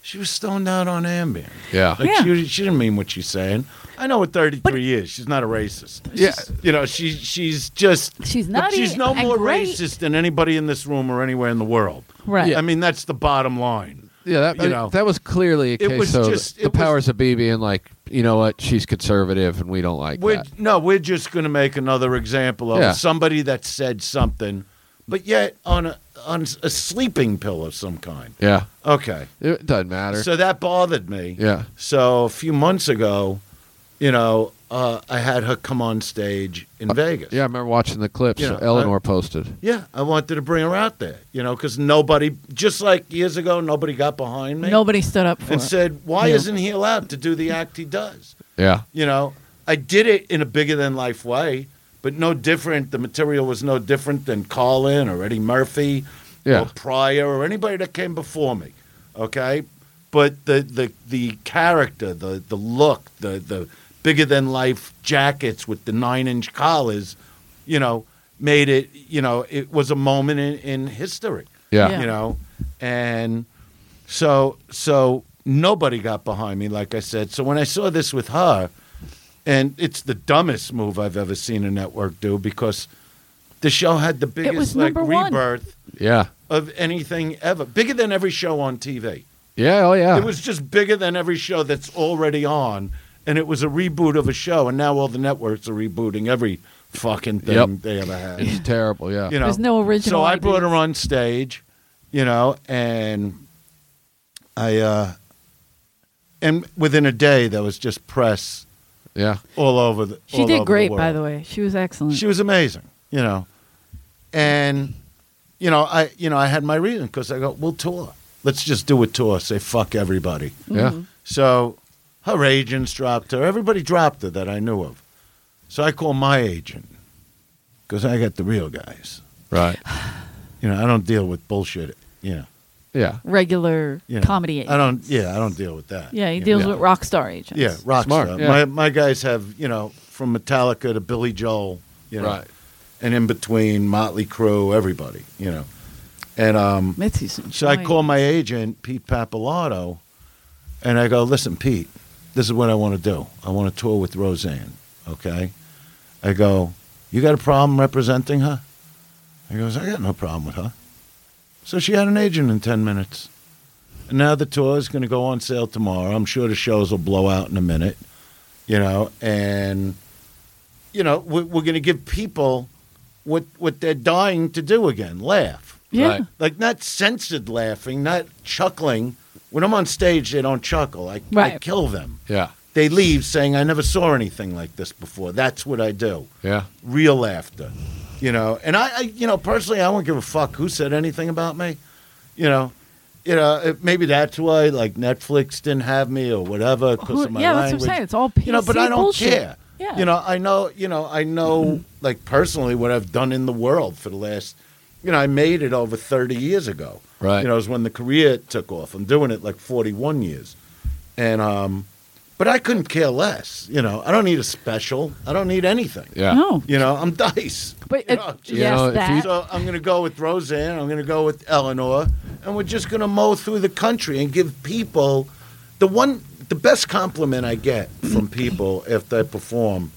She was stoned out on Ambien.
Yeah.
Like
Yeah.
she, she didn't mean what she's saying. I know at 33 years, she's not a racist.
Yeah.
You know, she, she's just.
She's not
She's
even-
no
and
more
great.
racist than anybody in this room or anywhere in the world.
Right.
I mean, that's the bottom line.
Yeah, that,
You know.
that was clearly a
It
case
was
of
just-
the
it was-
powers of B being like, you know what, she's conservative and we don't like
We're,
that.
no, we're just going to make another example of
Yeah.
somebody that said something, but yet on a, on a sleeping pill of some kind.
Yeah,
Okay.
it doesn't matter.
So that bothered me.
yeah,
So a few months ago, you know, uh, I had her come on stage in Vegas.
Uh, yeah. I remember watching the clips
You know,
Eleanor posted.
Yeah, I wanted to bring her out there, you know, because nobody, just like years ago, nobody got behind me
Nobody stood up for
and
it.
said, why
Yeah.
isn't he allowed to do the act he does?
Yeah,
You know, I did it in a bigger than life way, but no different. The material was no different than Colin or Eddie Murphy
yeah,
or Pryor or anybody that came before me. Okay, but the the the character, the the look, the the bigger than life jackets with the nine inch collars, you know, made it. You know, it was a moment in, in history.
yeah,
Yeah.
You know, and so so nobody got behind me, like I said. So when I saw this with her, and it's the dumbest move I've ever seen a network do because. The show had the biggest
was
like
number one.
rebirth
yeah,
of anything ever. Bigger than every show on TV.
yeah. Oh yeah.
It was just bigger than every show that's already on. And it was a reboot of a show. And now all the networks are rebooting every fucking thing
Yep.
they ever had.
It's terrible. Yeah,
You know?
There's no original
So I brought
ideas.
her on stage, you know, and I, uh, and within a day, there was just press
yeah.
all over the.
She
all over
did great, by
world.
the way. She was excellent.
She was amazing, you know. And you know, I you know, I had my reason because I go, we'll tour. Let's just do a tour. Say fuck everybody.
Yeah.
Mm-hmm. So her agents dropped her. Everybody dropped her that I knew of. So I call my agent because I got the real guys.
Right.
You know, I don't deal with bullshit. You know,
Yeah.
Regular
you know.
comedy agent.
I don't. Yeah, I don't deal with that.
Yeah, he
You
deals
know?
with rock star agents.
Yeah, rock
Smart,
star.
yeah.
My my guys have you know from Metallica to Billy Joel. You know,
Right.
and in between Motley Crue, everybody, you know. And um,
Mitzi's in
so I
Hawaii.
call my agent, Pete Papalato, and I go, listen, Pete, this is what I want to do. I want to tour with Roseanne, okay? I go, you got a problem representing her? He goes, I got no problem with her. So she had an agent in 10 minutes. And now the tour is going to go on sale tomorrow. I'm sure the shows will blow out in a minute, you know, and, you know, we're, we're going to give people what, what they're dying to do again laugh.
Yeah.
Right.
Like, not censored laughing, not chuckling. When I'm on stage, they don't chuckle. I, I
Right.
kill them.
Yeah.
They leave saying, I never saw anything like this before. That's what I do
Yeah.
real laughter, you know. And I, I, you know, personally, I won't give a fuck who said anything about me, you know. You know, it- maybe that's why like Netflix didn't have me or whatever because
Who-
of my
yeah, that's
language.
what I'm saying. It's all PC
you know, but I don't
bullshit.
care.
Yeah.
You know, I know. You know, I know like personally what I've done in the world for the last. You know, I made it over 30 years ago.
Right.
You know, it was when the career took off. I'm doing it like 41 years, and um, but I couldn't care less. You know, I don't need a special. I don't need anything.
Yeah.
No.
You know, I'm dice.
But
You
it,
know, just-
You
yes,
know, if
that.
so I'm going to go with Roseanne. I'm going to go with Eleanor, and we're just going to mow through the country and give people the one, the best compliment I get from people if they perform.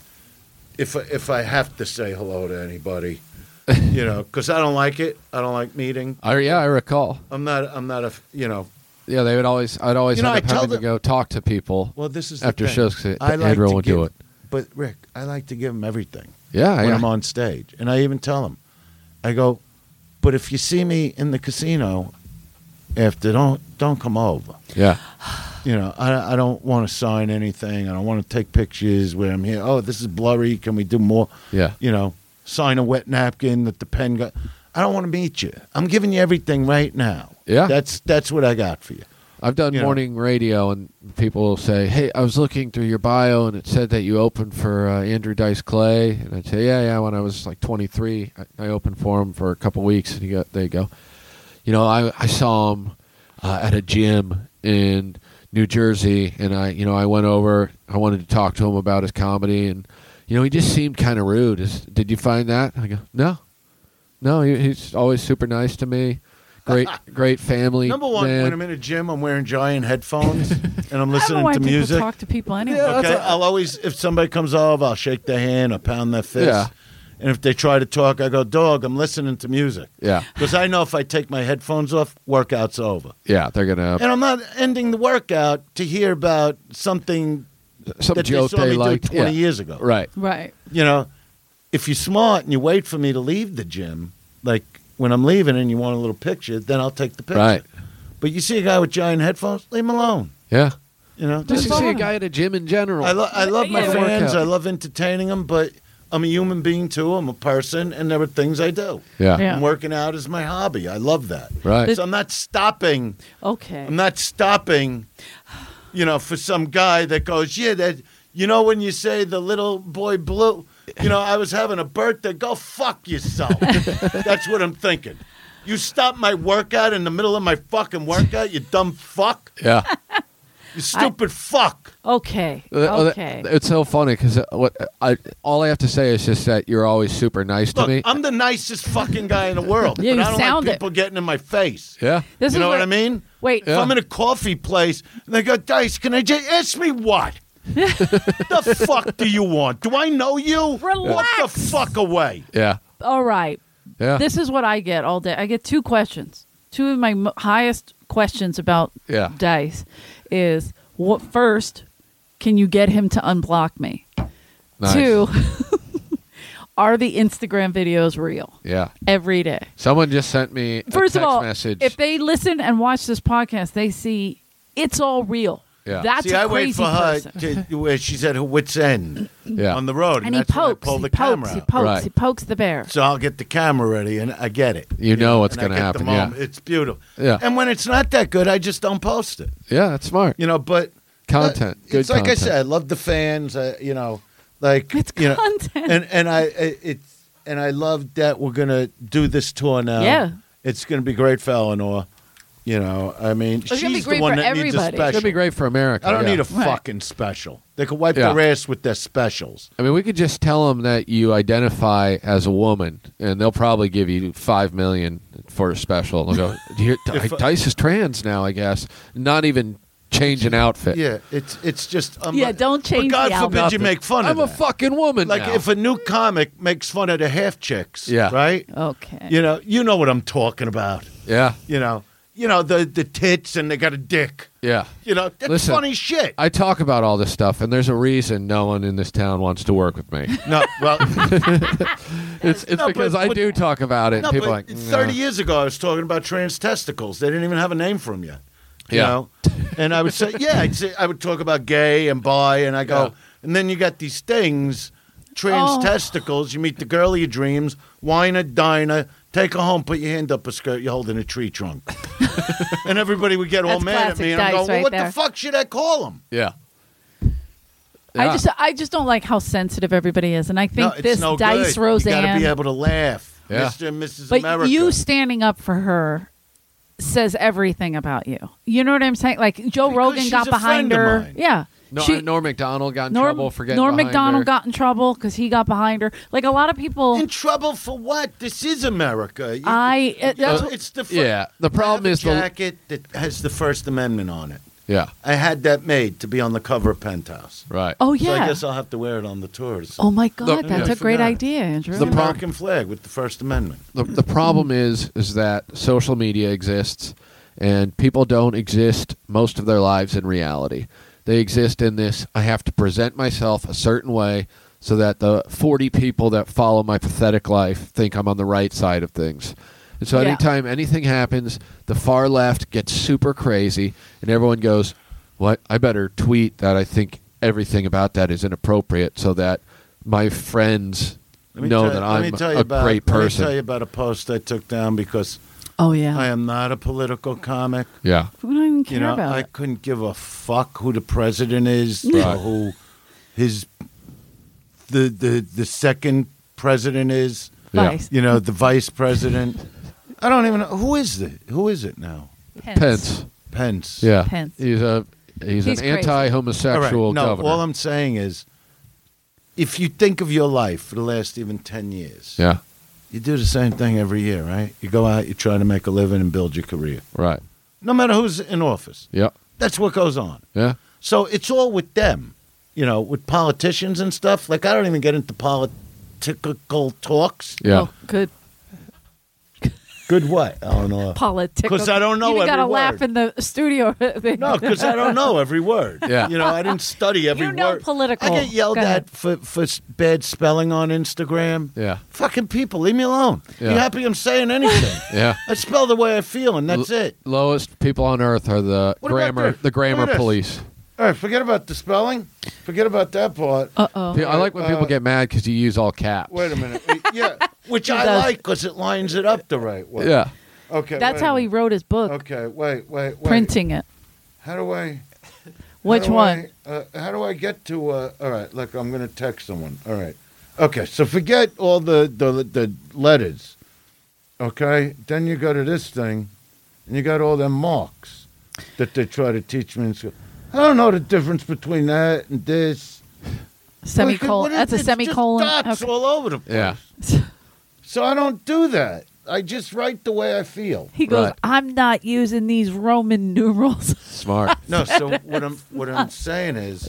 If if I have to say hello to anybody, you know, because I don't like it. I don't like meeting.
I, yeah, I recall.
I'm not. I'm not a. You know.
Yeah, they would always. I'd always
You know,
end
I
up
tell
having to
them-
go talk to people.
Well, this is the
after
thing.
shows. 'cause it-
I like
everyone
to
would do
give-
it.
But Rick, I like to give them everything.
Yeah.
when
yeah.
I'm on stage. And I even tell them, I go, but if you see me in the casino after, don't don't come over.
Yeah.
You know, I, I don't want to sign anything. I don't want to take pictures where I'm here. Oh, this is blurry. Can we do more?
Yeah.
You know, sign a wet napkin that the pen got. I don't want to meet you. I'm giving you everything right now.
Yeah.
That's that's what I got for you.
I've done
You know.
morning radio, and people will say, "Hey, I was looking through your bio, and it said that you opened for uh, Andrew Dice Clay." And I'd say, "Yeah, yeah." When I was like 23, I, I opened for him for a couple weeks, and he go, "They go, you know, I I saw him uh, at a gym in New Jersey, and I, you know, I went over. I wanted to talk to him about his comedy, and you know, he just seemed kind of rude. Is, did you find that?" I go, "No, no. He, he's always super nice to me. Great, great family.
Number one,
man.
when I'm in a gym, I'm wearing giant headphones and I'm
I don't know
listening
why
to
people
music.
talk to people anyway.
okay, i I'll always if somebody comes over, I'll shake their hand, I pound their fist,
Yeah.
and if they try to talk, I go, "Dog, I'm listening to music."
Yeah.
Because I know if I take my headphones off, workout's over.
Yeah, they're gonna
And I'm not ending the workout to hear about something
some
that
joke
they saw me
liked
do 20
yeah.
years ago.
Right.
Right.
You know, if you're smart and you wait for me to leave the gym, like when I'm leaving and you want a little picture, then I'll take the picture.
Right.
But you see a guy with giant headphones, leave him alone.
Yeah.
You know,
Just
that's
to see
all.
a guy at a gym in general.
I, lo- I love my
Yeah.
fans.
Workout.
I love entertaining them, but I'm a human being too. I'm a person, and there are things I do.
yeah.
Yeah.
And working out is my hobby. I love that.
Right.
So I'm not stopping.
Okay.
I'm not stopping. You know, for some guy that goes, yeah, that. You know, when you say the little boy blue. You know, I was having a birthday. Go fuck yourself. That's what I'm thinking. You stop my workout in the middle of my fucking workout, you dumb fuck.
Yeah.
You stupid fuck.
okay.
Uh,
Okay.
It's so funny because what I all I have to say is just that you're always super nice to
Look,
me.
I'm the nicest fucking guy in the world.
Yeah,
but
you
I don't
sound
like
it.
people getting in my face.
yeah.
This
you
is
know what,
what-
I mean?
Wait.
If I'm in a coffee place and they go, Dice, can I just ask me what? the fuck do you want? Do I know you? Walk the
Relax.
fuck away.
Yeah.
All right.
Yeah.
This is what I get all day. I get two questions. Two of my m- highest questions about
Yeah.
dice is what first can you get him to unblock me?
Nice.
Two, are the Instagram videos real
Yeah.
every day?
Someone just sent me
First
a text
of all,
message.
if they listen and watch this podcast, they see it's all real.
Yeah.
That's
See,
a
I wait
crazy
for her.
person.
To, where she's at her wits end
yeah.
on the road, and,
and he
that's when I
pokes,
pull
he
the
pokes,
camera
he
out.
pokes,
Right.
he pokes the bear.
So I'll get the camera ready, and I get it.
You know what's
and I get
gonna
the
happen, yeah.
moment. It's beautiful.
Yeah.
And when it's not that good, I just don't post it.
yeah, that's smart.
You know, but
Content.
Uh,
Good
it's like
content.
I said, I love the fans. Uh, you know, like
It's
you know,
content.
and and I I- it's and I love that we're gonna do this tour now.
Yeah.
it's gonna be great for Eleanor. You know, I mean,
gonna
she's
be great
the one
for
that needs a
everybody.
special.
It's
It's gonna be great for America.
I don't
yeah.
need a
Right.
fucking special. They could wipe
Yeah.
their ass with their specials.
I mean, we could just tell them that you identify as a woman, and they'll probably give you five million for a special. They'll go, "Here, D- Dice is trans now, I guess." Not even change an outfit.
Yeah, it's it's just um,
Yeah, don't change
But God
the
forbid you
outfit.
make fun
I'm
of
a
that.
fucking woman.
like
now.
if a new comic makes fun of the half chicks.
Yeah.
right.
Okay.
You know, you know what I'm talking about.
yeah,
You know, you know the the tits and they got a dick.
yeah.
You know, that's
Listen,
funny shit.
I talk about all this stuff, and there's a reason no one in this town wants to work with me.
no, well,
It's it's
No,
because
but-
I
but-
do talk about it.
no,
and people
but
are like
thirty
"Nah."
years ago, I was talking about trans testicles. They didn't even have a name for them yet. You
Yeah.
know? and I would say, yeah, I'd say, I would talk about gay and bi, and I go,
Yeah.
and then you got these things, trans
Oh.
testicles. You meet the girl of your dreams, wine her, dine her, take her home, put your hand up a skirt, you're holding a tree trunk, and everybody would get all
That's
mad at
classic
me, and I'm
Dice
going, well,
right
what the
there.
fuck should I call them?
Yeah.
I
Yeah.
just uh, I just don't like how sensitive everybody is, and I think this dice
good. You got
Roseanne,
to be able to laugh,
Yeah.
Mr. and Mrs.
but
America.
you standing up for her says everything about you. You know what I'm saying? Like Joe
Because
Rogan
she's
got
a
behind
friend of
her.
mine.
Yeah,
No,
She-
Norm Macdonald got in
Norm-
trouble for getting
Norm
behind
Macdonald
her.
got in trouble because he got behind her. Like a lot of people,
in trouble for what? This is America. You-
I uh,
You know,
that's,
it's the fir-
Yeah, the problem
I have
is
a
the
jacket that has the First Amendment on it.
yeah
I had that made to be on the cover of Penthouse.
right.
oh
So I
yeah.
guess I'll have to wear it on the tour. It's
Oh my God,
The-
that's
I
a great
forgot.
idea, Andrew.
the
pro-
American flag with the First Amendment.
the, the problem is is that social media exists and people don't exist most of their lives in reality they exist in this i have to present myself a certain way so that the 40 people that follow my pathetic life think i'm on the right side of things and so
Yeah.
anytime anything happens the far left gets super crazy and everyone goes what i better tweet that i think everything about that is inappropriate so that my friends
Let me
know
tell-
that
let me
I'm
tell you
a
about-
great person.
Let me tell you about a post I took down because
Oh yeah.
I am not a political comic.
Yeah.
we don't even care
You know,
about
I
it.
couldn't give a fuck who the president is or
Right.
who his the the the second president is.
Yeah.
Vice.
You know, the vice president. I don't even know who is it. Who is it now?
Pence.
Pence.
Yeah.
Pence.
He's a he's,
He's
an
crazy.
All right.
anti-homosexual
No,
governor.
all I'm saying is, if you think of your life for the last even ten years,
yeah.
you do the same thing every year, right? You go out, you try to make a living and build your career,
Right.
no matter who's in office.
Yep.
That's what goes on.
Yeah.
So it's all with them, you know, with politicians and stuff. Like I don't even get into political talks.
Yeah.
Oh, good.
Good what, Eleanor?
Politics.
'Cause I don't know
You
every
got to laugh
word.
in the studio.
No, because I don't know every word.
Yeah.
You know, I didn't study every
You know
word.
political.
I get yelled
Go ahead.
at for, for s- bad spelling on Instagram.
Yeah.
Fucking people, leave me alone.
Yeah.
You happy I'm saying anything?
Yeah.
I spell the way I feel, and that's
L-
it.
Lowest people on earth are the
What about
grammar
this?
the grammar
Look at this.
police.
All right, forget about the spelling. Forget about that part.
Uh oh.
Pe- I like when people get mad because you use all caps.
Wait a minute. yeah, which I
does.
like because it lines it up the right way.
Yeah.
Okay.
That's
wait a
how he
minute.
wrote his book.
Okay. Wait. Wait. Wait.
Printing it.
How do I? how
Which
do
one?
I, uh, how do I get to? Uh, all right. Look, I'm going to text someone. All right. Okay. So forget all the the the letters. Okay. Then you go to this thing, and you got all them marks that they try to teach me in school. I don't know the difference between that and this.
Semicolon.
What is-
That's a
it's just
semicolon.
dots
Okay.
all over the place.
Yeah.
So I don't do that. I just write the way I feel.
He goes,
Right.
I'm not using these Roman numerals.
Smart.
No, so what I'm what I'm saying is,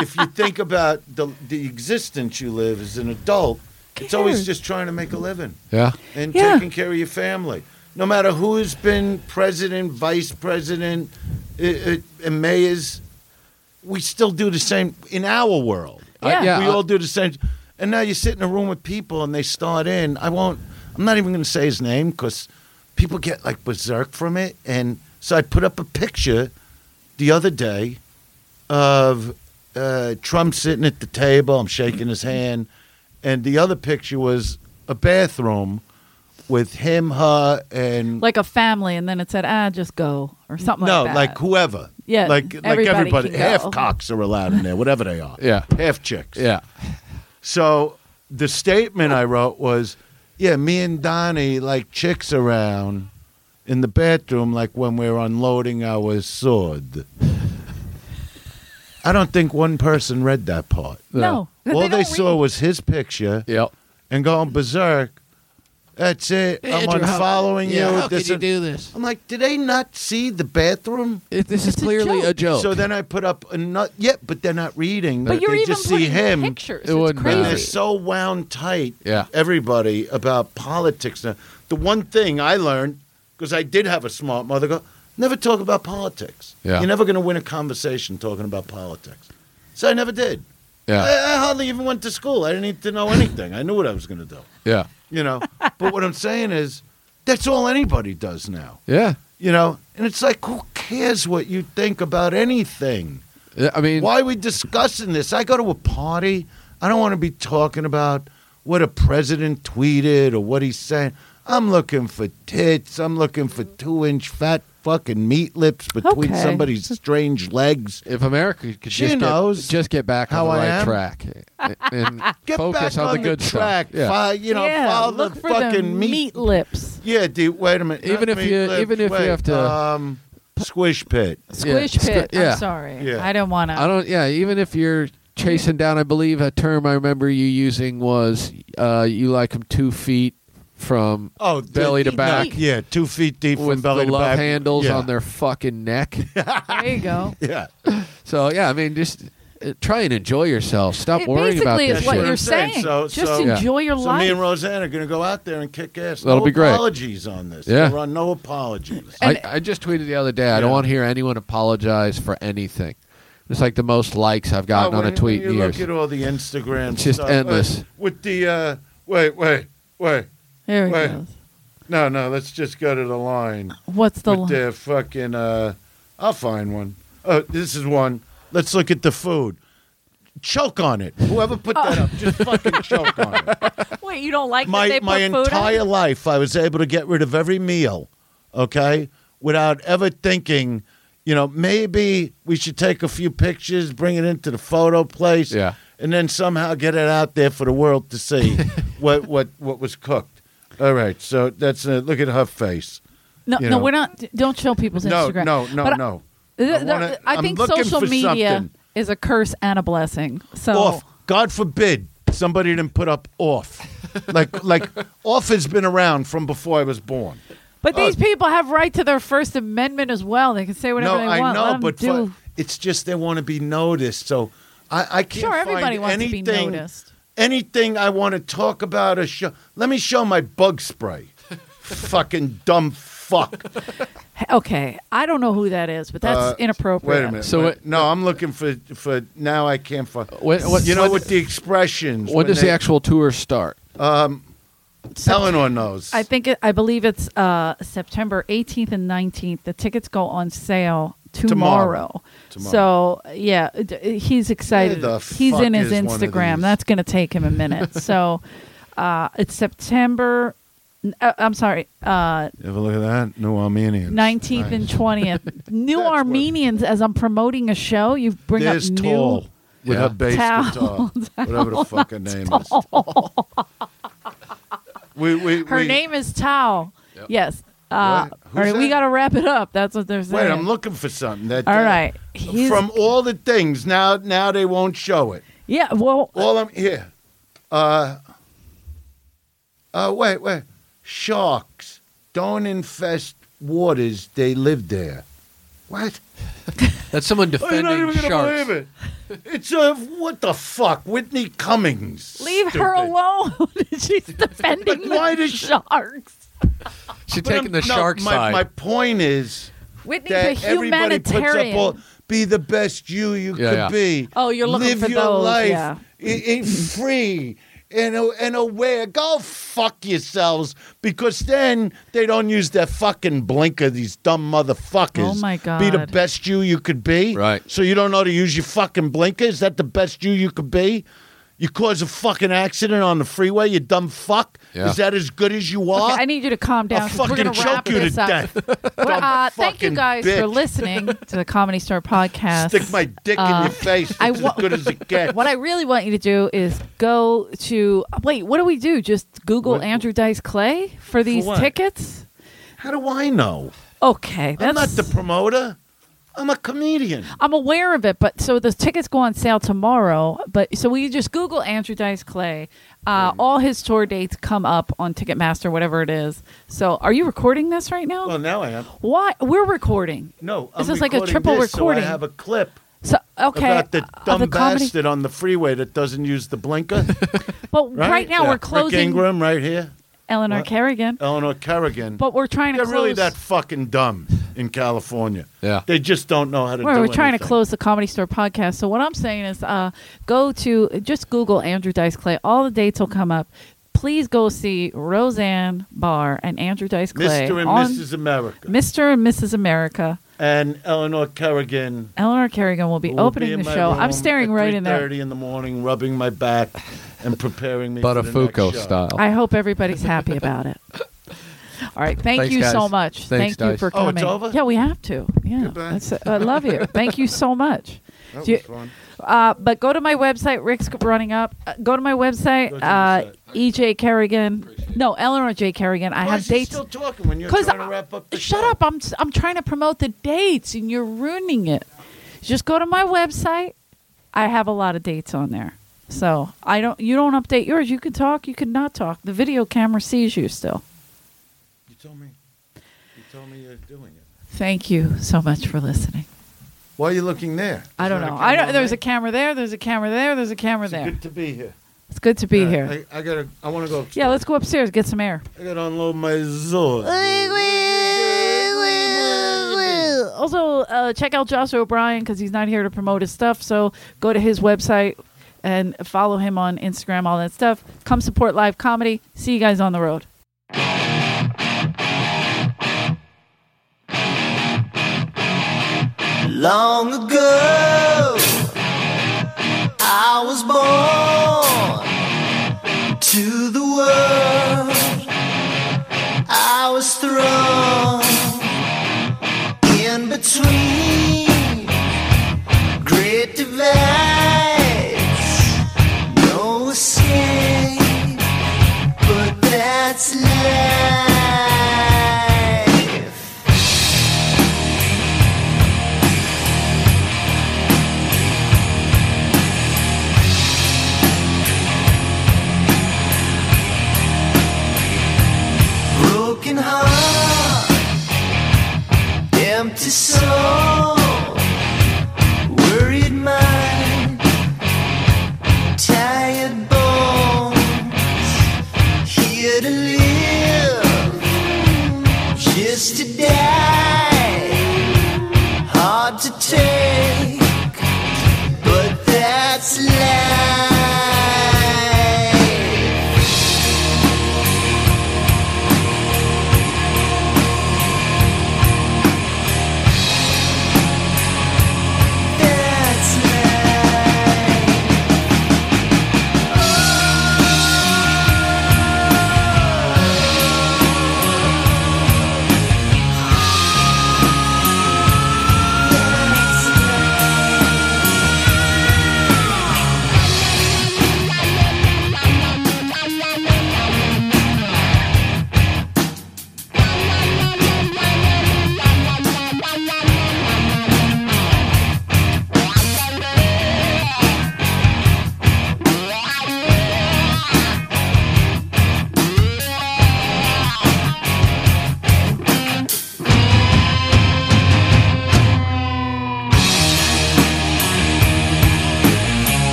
if you think about the the existence you live as an adult, it's always
Cares.
just trying to make a living
Yeah.
and
Yeah.
taking care of your family. No matter who's been president, vice president, i i and mayors, we still do the same in our world.
Yeah.
yeah.
we
I-
all do the same. And now you sit in a room with people and they start in. I won't. I'm not even going to say his name because people get like berserk from it. And so I put up a picture the other day of uh, Trump sitting at the table. I'm shaking his hand, and the other picture was a bathroom with him, her, and
Like a family, and then it said, ah, just go, or something
no,
like that.
like whoever.
Yeah,
like like
everybody
everybody.
can
Half
go.
cocks are allowed in there, whatever they are.
Yeah.
half chicks.
Yeah.
So the statement I wrote was, yeah, me and Donnie like chicks around in the bathroom, like when we're unloading our sword. I don't think one person read that part.
No.
All they,
don't
saw
read.
was his picture
Yep.
and going berserk. That's it. I'm unfollowing you. This and-
this?
I'm like, did they not see the bathroom?
this is
It's a
clearly a joke.
So then I put up a nut. Yeah, but they're not reading.
But you're
they
even
just see
putting
him.
pictures.
It
it's
wouldn't matter.
And they're
crazy.
so wound tight,
Yeah.
everybody, about politics. Now, the one thing I learned, because I did have a smart mother go, never talk about politics.
Yeah.
You're never going to win a conversation talking about politics. So I never did.
yeah.
I, I hardly even went to school. I didn't need to know anything. I knew what I was going to do,
Yeah.
you know. but what I'm saying is, that's all anybody does now,
Yeah.
you know. And it's like, who cares what you think about anything?
Yeah, I mean,
Why are we discussing this? I go to a party. I don't want to be talking about what a president tweeted or what he's saying. I'm looking for tits. I'm looking for two inch fat fucking meat lips between
Okay.
somebody's strange legs.
if America could
She
just,
knows
get, just get back
how
on the
I
right
am.
track and
Get
focus
back
on,
on,
the good
track.
stuff. Yeah.
Fo- you know,
yeah,
follow
look
the
for
fucking
them
meat.
meat lips.
Yeah, dude. Wait a minute.
Even
Not
if
meat
you-
lips,
even if you
wait,
have to-
um, squish pit.
Squish
Yeah.
pit.
Squi- yeah.
I'm sorry.
Yeah.
I don't want to.
I don't. Yeah, even if you're chasing down, I believe a term I remember you using was uh, you like them two feet from
Oh,
belly to
no,
back
yeah, two feet deep
with
from belly
the
to
love
back.
handles
Yeah.
on their fucking neck.
There you go.
Yeah.
so yeah, I mean, just uh, try and enjoy yourself. Stop
It
worrying about
basically
this
is what
shit.
you're
That's what I'm
saying.
saying. So-
Just
so-
enjoy your
so
life.
me and Roseanne are going to go out there and kick ass.
That'll
no
be great.
Apologies on this.
Yeah.
There are no apologies.
And-
I, I just tweeted the other day. I don't
Yeah.
want to hear anyone apologize for anything. It's like the most likes I've gotten
Oh,
on
when-
a tweet
when
in
you
years.
Look at all the Instagram.
It's just
stuff,
endless.
uh, with the uh, wait, wait, wait.
Here he
Wait.
goes.
No, no. Let's just go to the line
What's the
with
line?
the Uh, fucking. Uh, I'll find one. Oh, this is one. Let's look at the food. choke on it. Whoever put that
Uh.
up, just fucking choke on it.
Wait, you don't like that
my
they
my
put food on it?
entire life I was able to get rid of every meal, okay, without ever thinking, you know, maybe we should take a few pictures, bring it into the photo place,
Yeah.
and then somehow get it out there for the world to see what what what was cooked. All right, so that's uh, look at her face.
No,
you
no,
know.
we're not. d- Don't show people's
No,
Instagram.
no, no,
But I-
no.
th-
I
th-
wanna-
I
I'm
think
looking
social
for
media Oh.
something.
is a curse and a blessing. So
Off. God forbid somebody didn't put up off. like like off has been around from before I was born.
But these people have right to their First Amendment as well. They can say whatever
Uh, no,
they want.
I
Let
know,
'em
but
do.
fu- it's just they want to be noticed. So I, I can't.
sure,
find
everybody wants
anything,
to be noticed.
Anything I want to talk about or show. Let me show my bug spray. Fucking dumb fuck.
H- Okay, I don't know who that is, but that's
Uh,
inappropriate.
Wait a minute.
So
wait.
what-
no, I'm looking for for now. I can't find.
When- what-
you know
when-
what the expressions.
When does the actual tour start?
Oh, Eleanor knows?
I think it, I believe it's uh, September 18th and 19th. The tickets go on sale tomorrow.
Tomorrow.
So yeah, d- he's excited.
Where the
he's
fuck
in his
is one of
Instagram.
these?
That's going to take him a minute. so uh, it's September. n- Uh, I'm sorry, uh,
Have a look at that. No Armenians.
19th and 20th. New
That's what-
Armenians, as I'm promoting a show, you bring
There's
up new.
Tall with
Yeah.
her bass
Tall.
guitar, whatever the fuck her name is. we, we,
Her
we-
name is Tao. Yes. Uh,
What?
all
Who's
right, we
that?
got to wrap it up. That's what they're saying.
Wait, I'm looking for something. That
All
that-
right. He's-
From all the things now, now they won't show it.
Yeah, well,
All I'm here. Uh, uh, wait, wait. Sharks don't infest waters. They live there. What?
That's someone
Oh, you're
defending
not even gonna
sharks.
believe it. It's uh, what the fuck, Whitney Cummings.
leave her
stupid.
alone. She's defending
But why
the
does she-
sharks.
She's
But
taking
I'm-
the
no,
shark
my,
side.
My point is
Whitney's a
that everybody puts up
humanitarian.
all, be the best you you
Yeah,
could
yeah.
be.
Oh, you're looking
Live
for
your
those,
life
yeah.
i- i- free and a- and aware. Go fuck yourselves because then they don't use their fucking blinker. These dumb motherfuckers.
Oh, my
Be the
God.
best you you could be.
Right.
So you don't know to use your fucking blinker. Is that the best you you could be? You cause a fucking accident on the freeway, you dumb fuck.
Yeah.
Is that as good as you are?
Okay, I need you to calm down.
I'll
'cause we're
fucking
gonna wrap
choke you to
this up.
death.
Well, uh, thank you
fucking
guys for
bitch.
listening to the Comedy Store podcast.
Stick my dick in your face. It's
Uh, I wa-
as good as it gets.
what I really want you to do is go to wait. What do we do? Just Google
What-
Andrew Dice Clay for these
what?
tickets.
How do I know?
Okay, that's
I'm not the promoter. I'm a comedian.
I'm aware of it, but so the tickets go on sale tomorrow. But so we just Google Andrew Dice Clay. Uh, all his tour dates come up on Ticketmaster, whatever it is. So, are you recording this right now?
Well, now I am.
Why we're recording?
No, I'm
This is like a
recording
triple
this,
recording.
So I have a clip
So, okay,
about the
uh,
dumb
of the comedy-
bastard on the freeway that doesn't use the blinker.
But right, now
Yeah.
we're
Rick
closing
Ingram right here.
Eleanor
What?
Kerrigan.
Eleanor Kerrigan.
But we're trying to
They're
close.
really that fucking dumb in California.
Yeah.
They just don't know how to
We're,
do
we're trying to
anything.
close the Comedy Store podcast. So what I'm saying is, uh, go to just Google Andrew Dice Clay. All the dates will come up. Please go see Roseanne Barr and Andrew Dice Clay
Mr. and
on
Mrs. America.
Mr. and Mrs. America.
and Eleanor Kerrigan.
Eleanor Kerrigan will be
will
opening
be in
the
my
show.
room
I'm staring
at
right in there.
3:30 in the morning, rubbing my back and preparing me. for the next
Buttafuoco
show.
style.
I hope everybody's happy about it. All right. Thank
Thanks,
you so
guys.
much.
Thanks,
Thank you
guys.
for
Oh,
coming.
it's over?
Yeah, we have to. Yeah.
Goodbye.
That's- I love you. Thank you so much.
That
Do you-
was fun.
Uh, but go to my website. Rick's running up. Uh, go to my website.
Go to
Uh,
the
EJ Kerrigan. No, Eleanor J. Kerrigan. I
Why
have
is he
dates.
Still talking when you're
'Cause
trying to
I-
wrap up. The
Shut
show?
up. I'm, s- I'm trying to promote the dates and you're ruining it. Just go to my website. I have a lot of dates on there. So I don't. You don't update yours. You can talk. You can not talk. The video camera sees you still.
You told me. You told me you're doing it.
Thank you so much for listening.
Why are you looking there?
I
Is
don't
there a
know. I
camera
don't.
on
There's
me?
a camera there. There's a camera there. There's a camera
It's
there.
Good to be here.
It's good to be
All right,
here.
I, I gotta. I want to go.
yeah, let's go upstairs get some air.
I gotta unload my Zord.
Also, uh, check out Josh O'Brien because he's not here to promote his stuff. So go to his website and follow him on Instagram, all that stuff. Come support live comedy. See you guys on the road.
Long ago, I I was born to the world. I was thrown in between great divides. No escape, but that's life.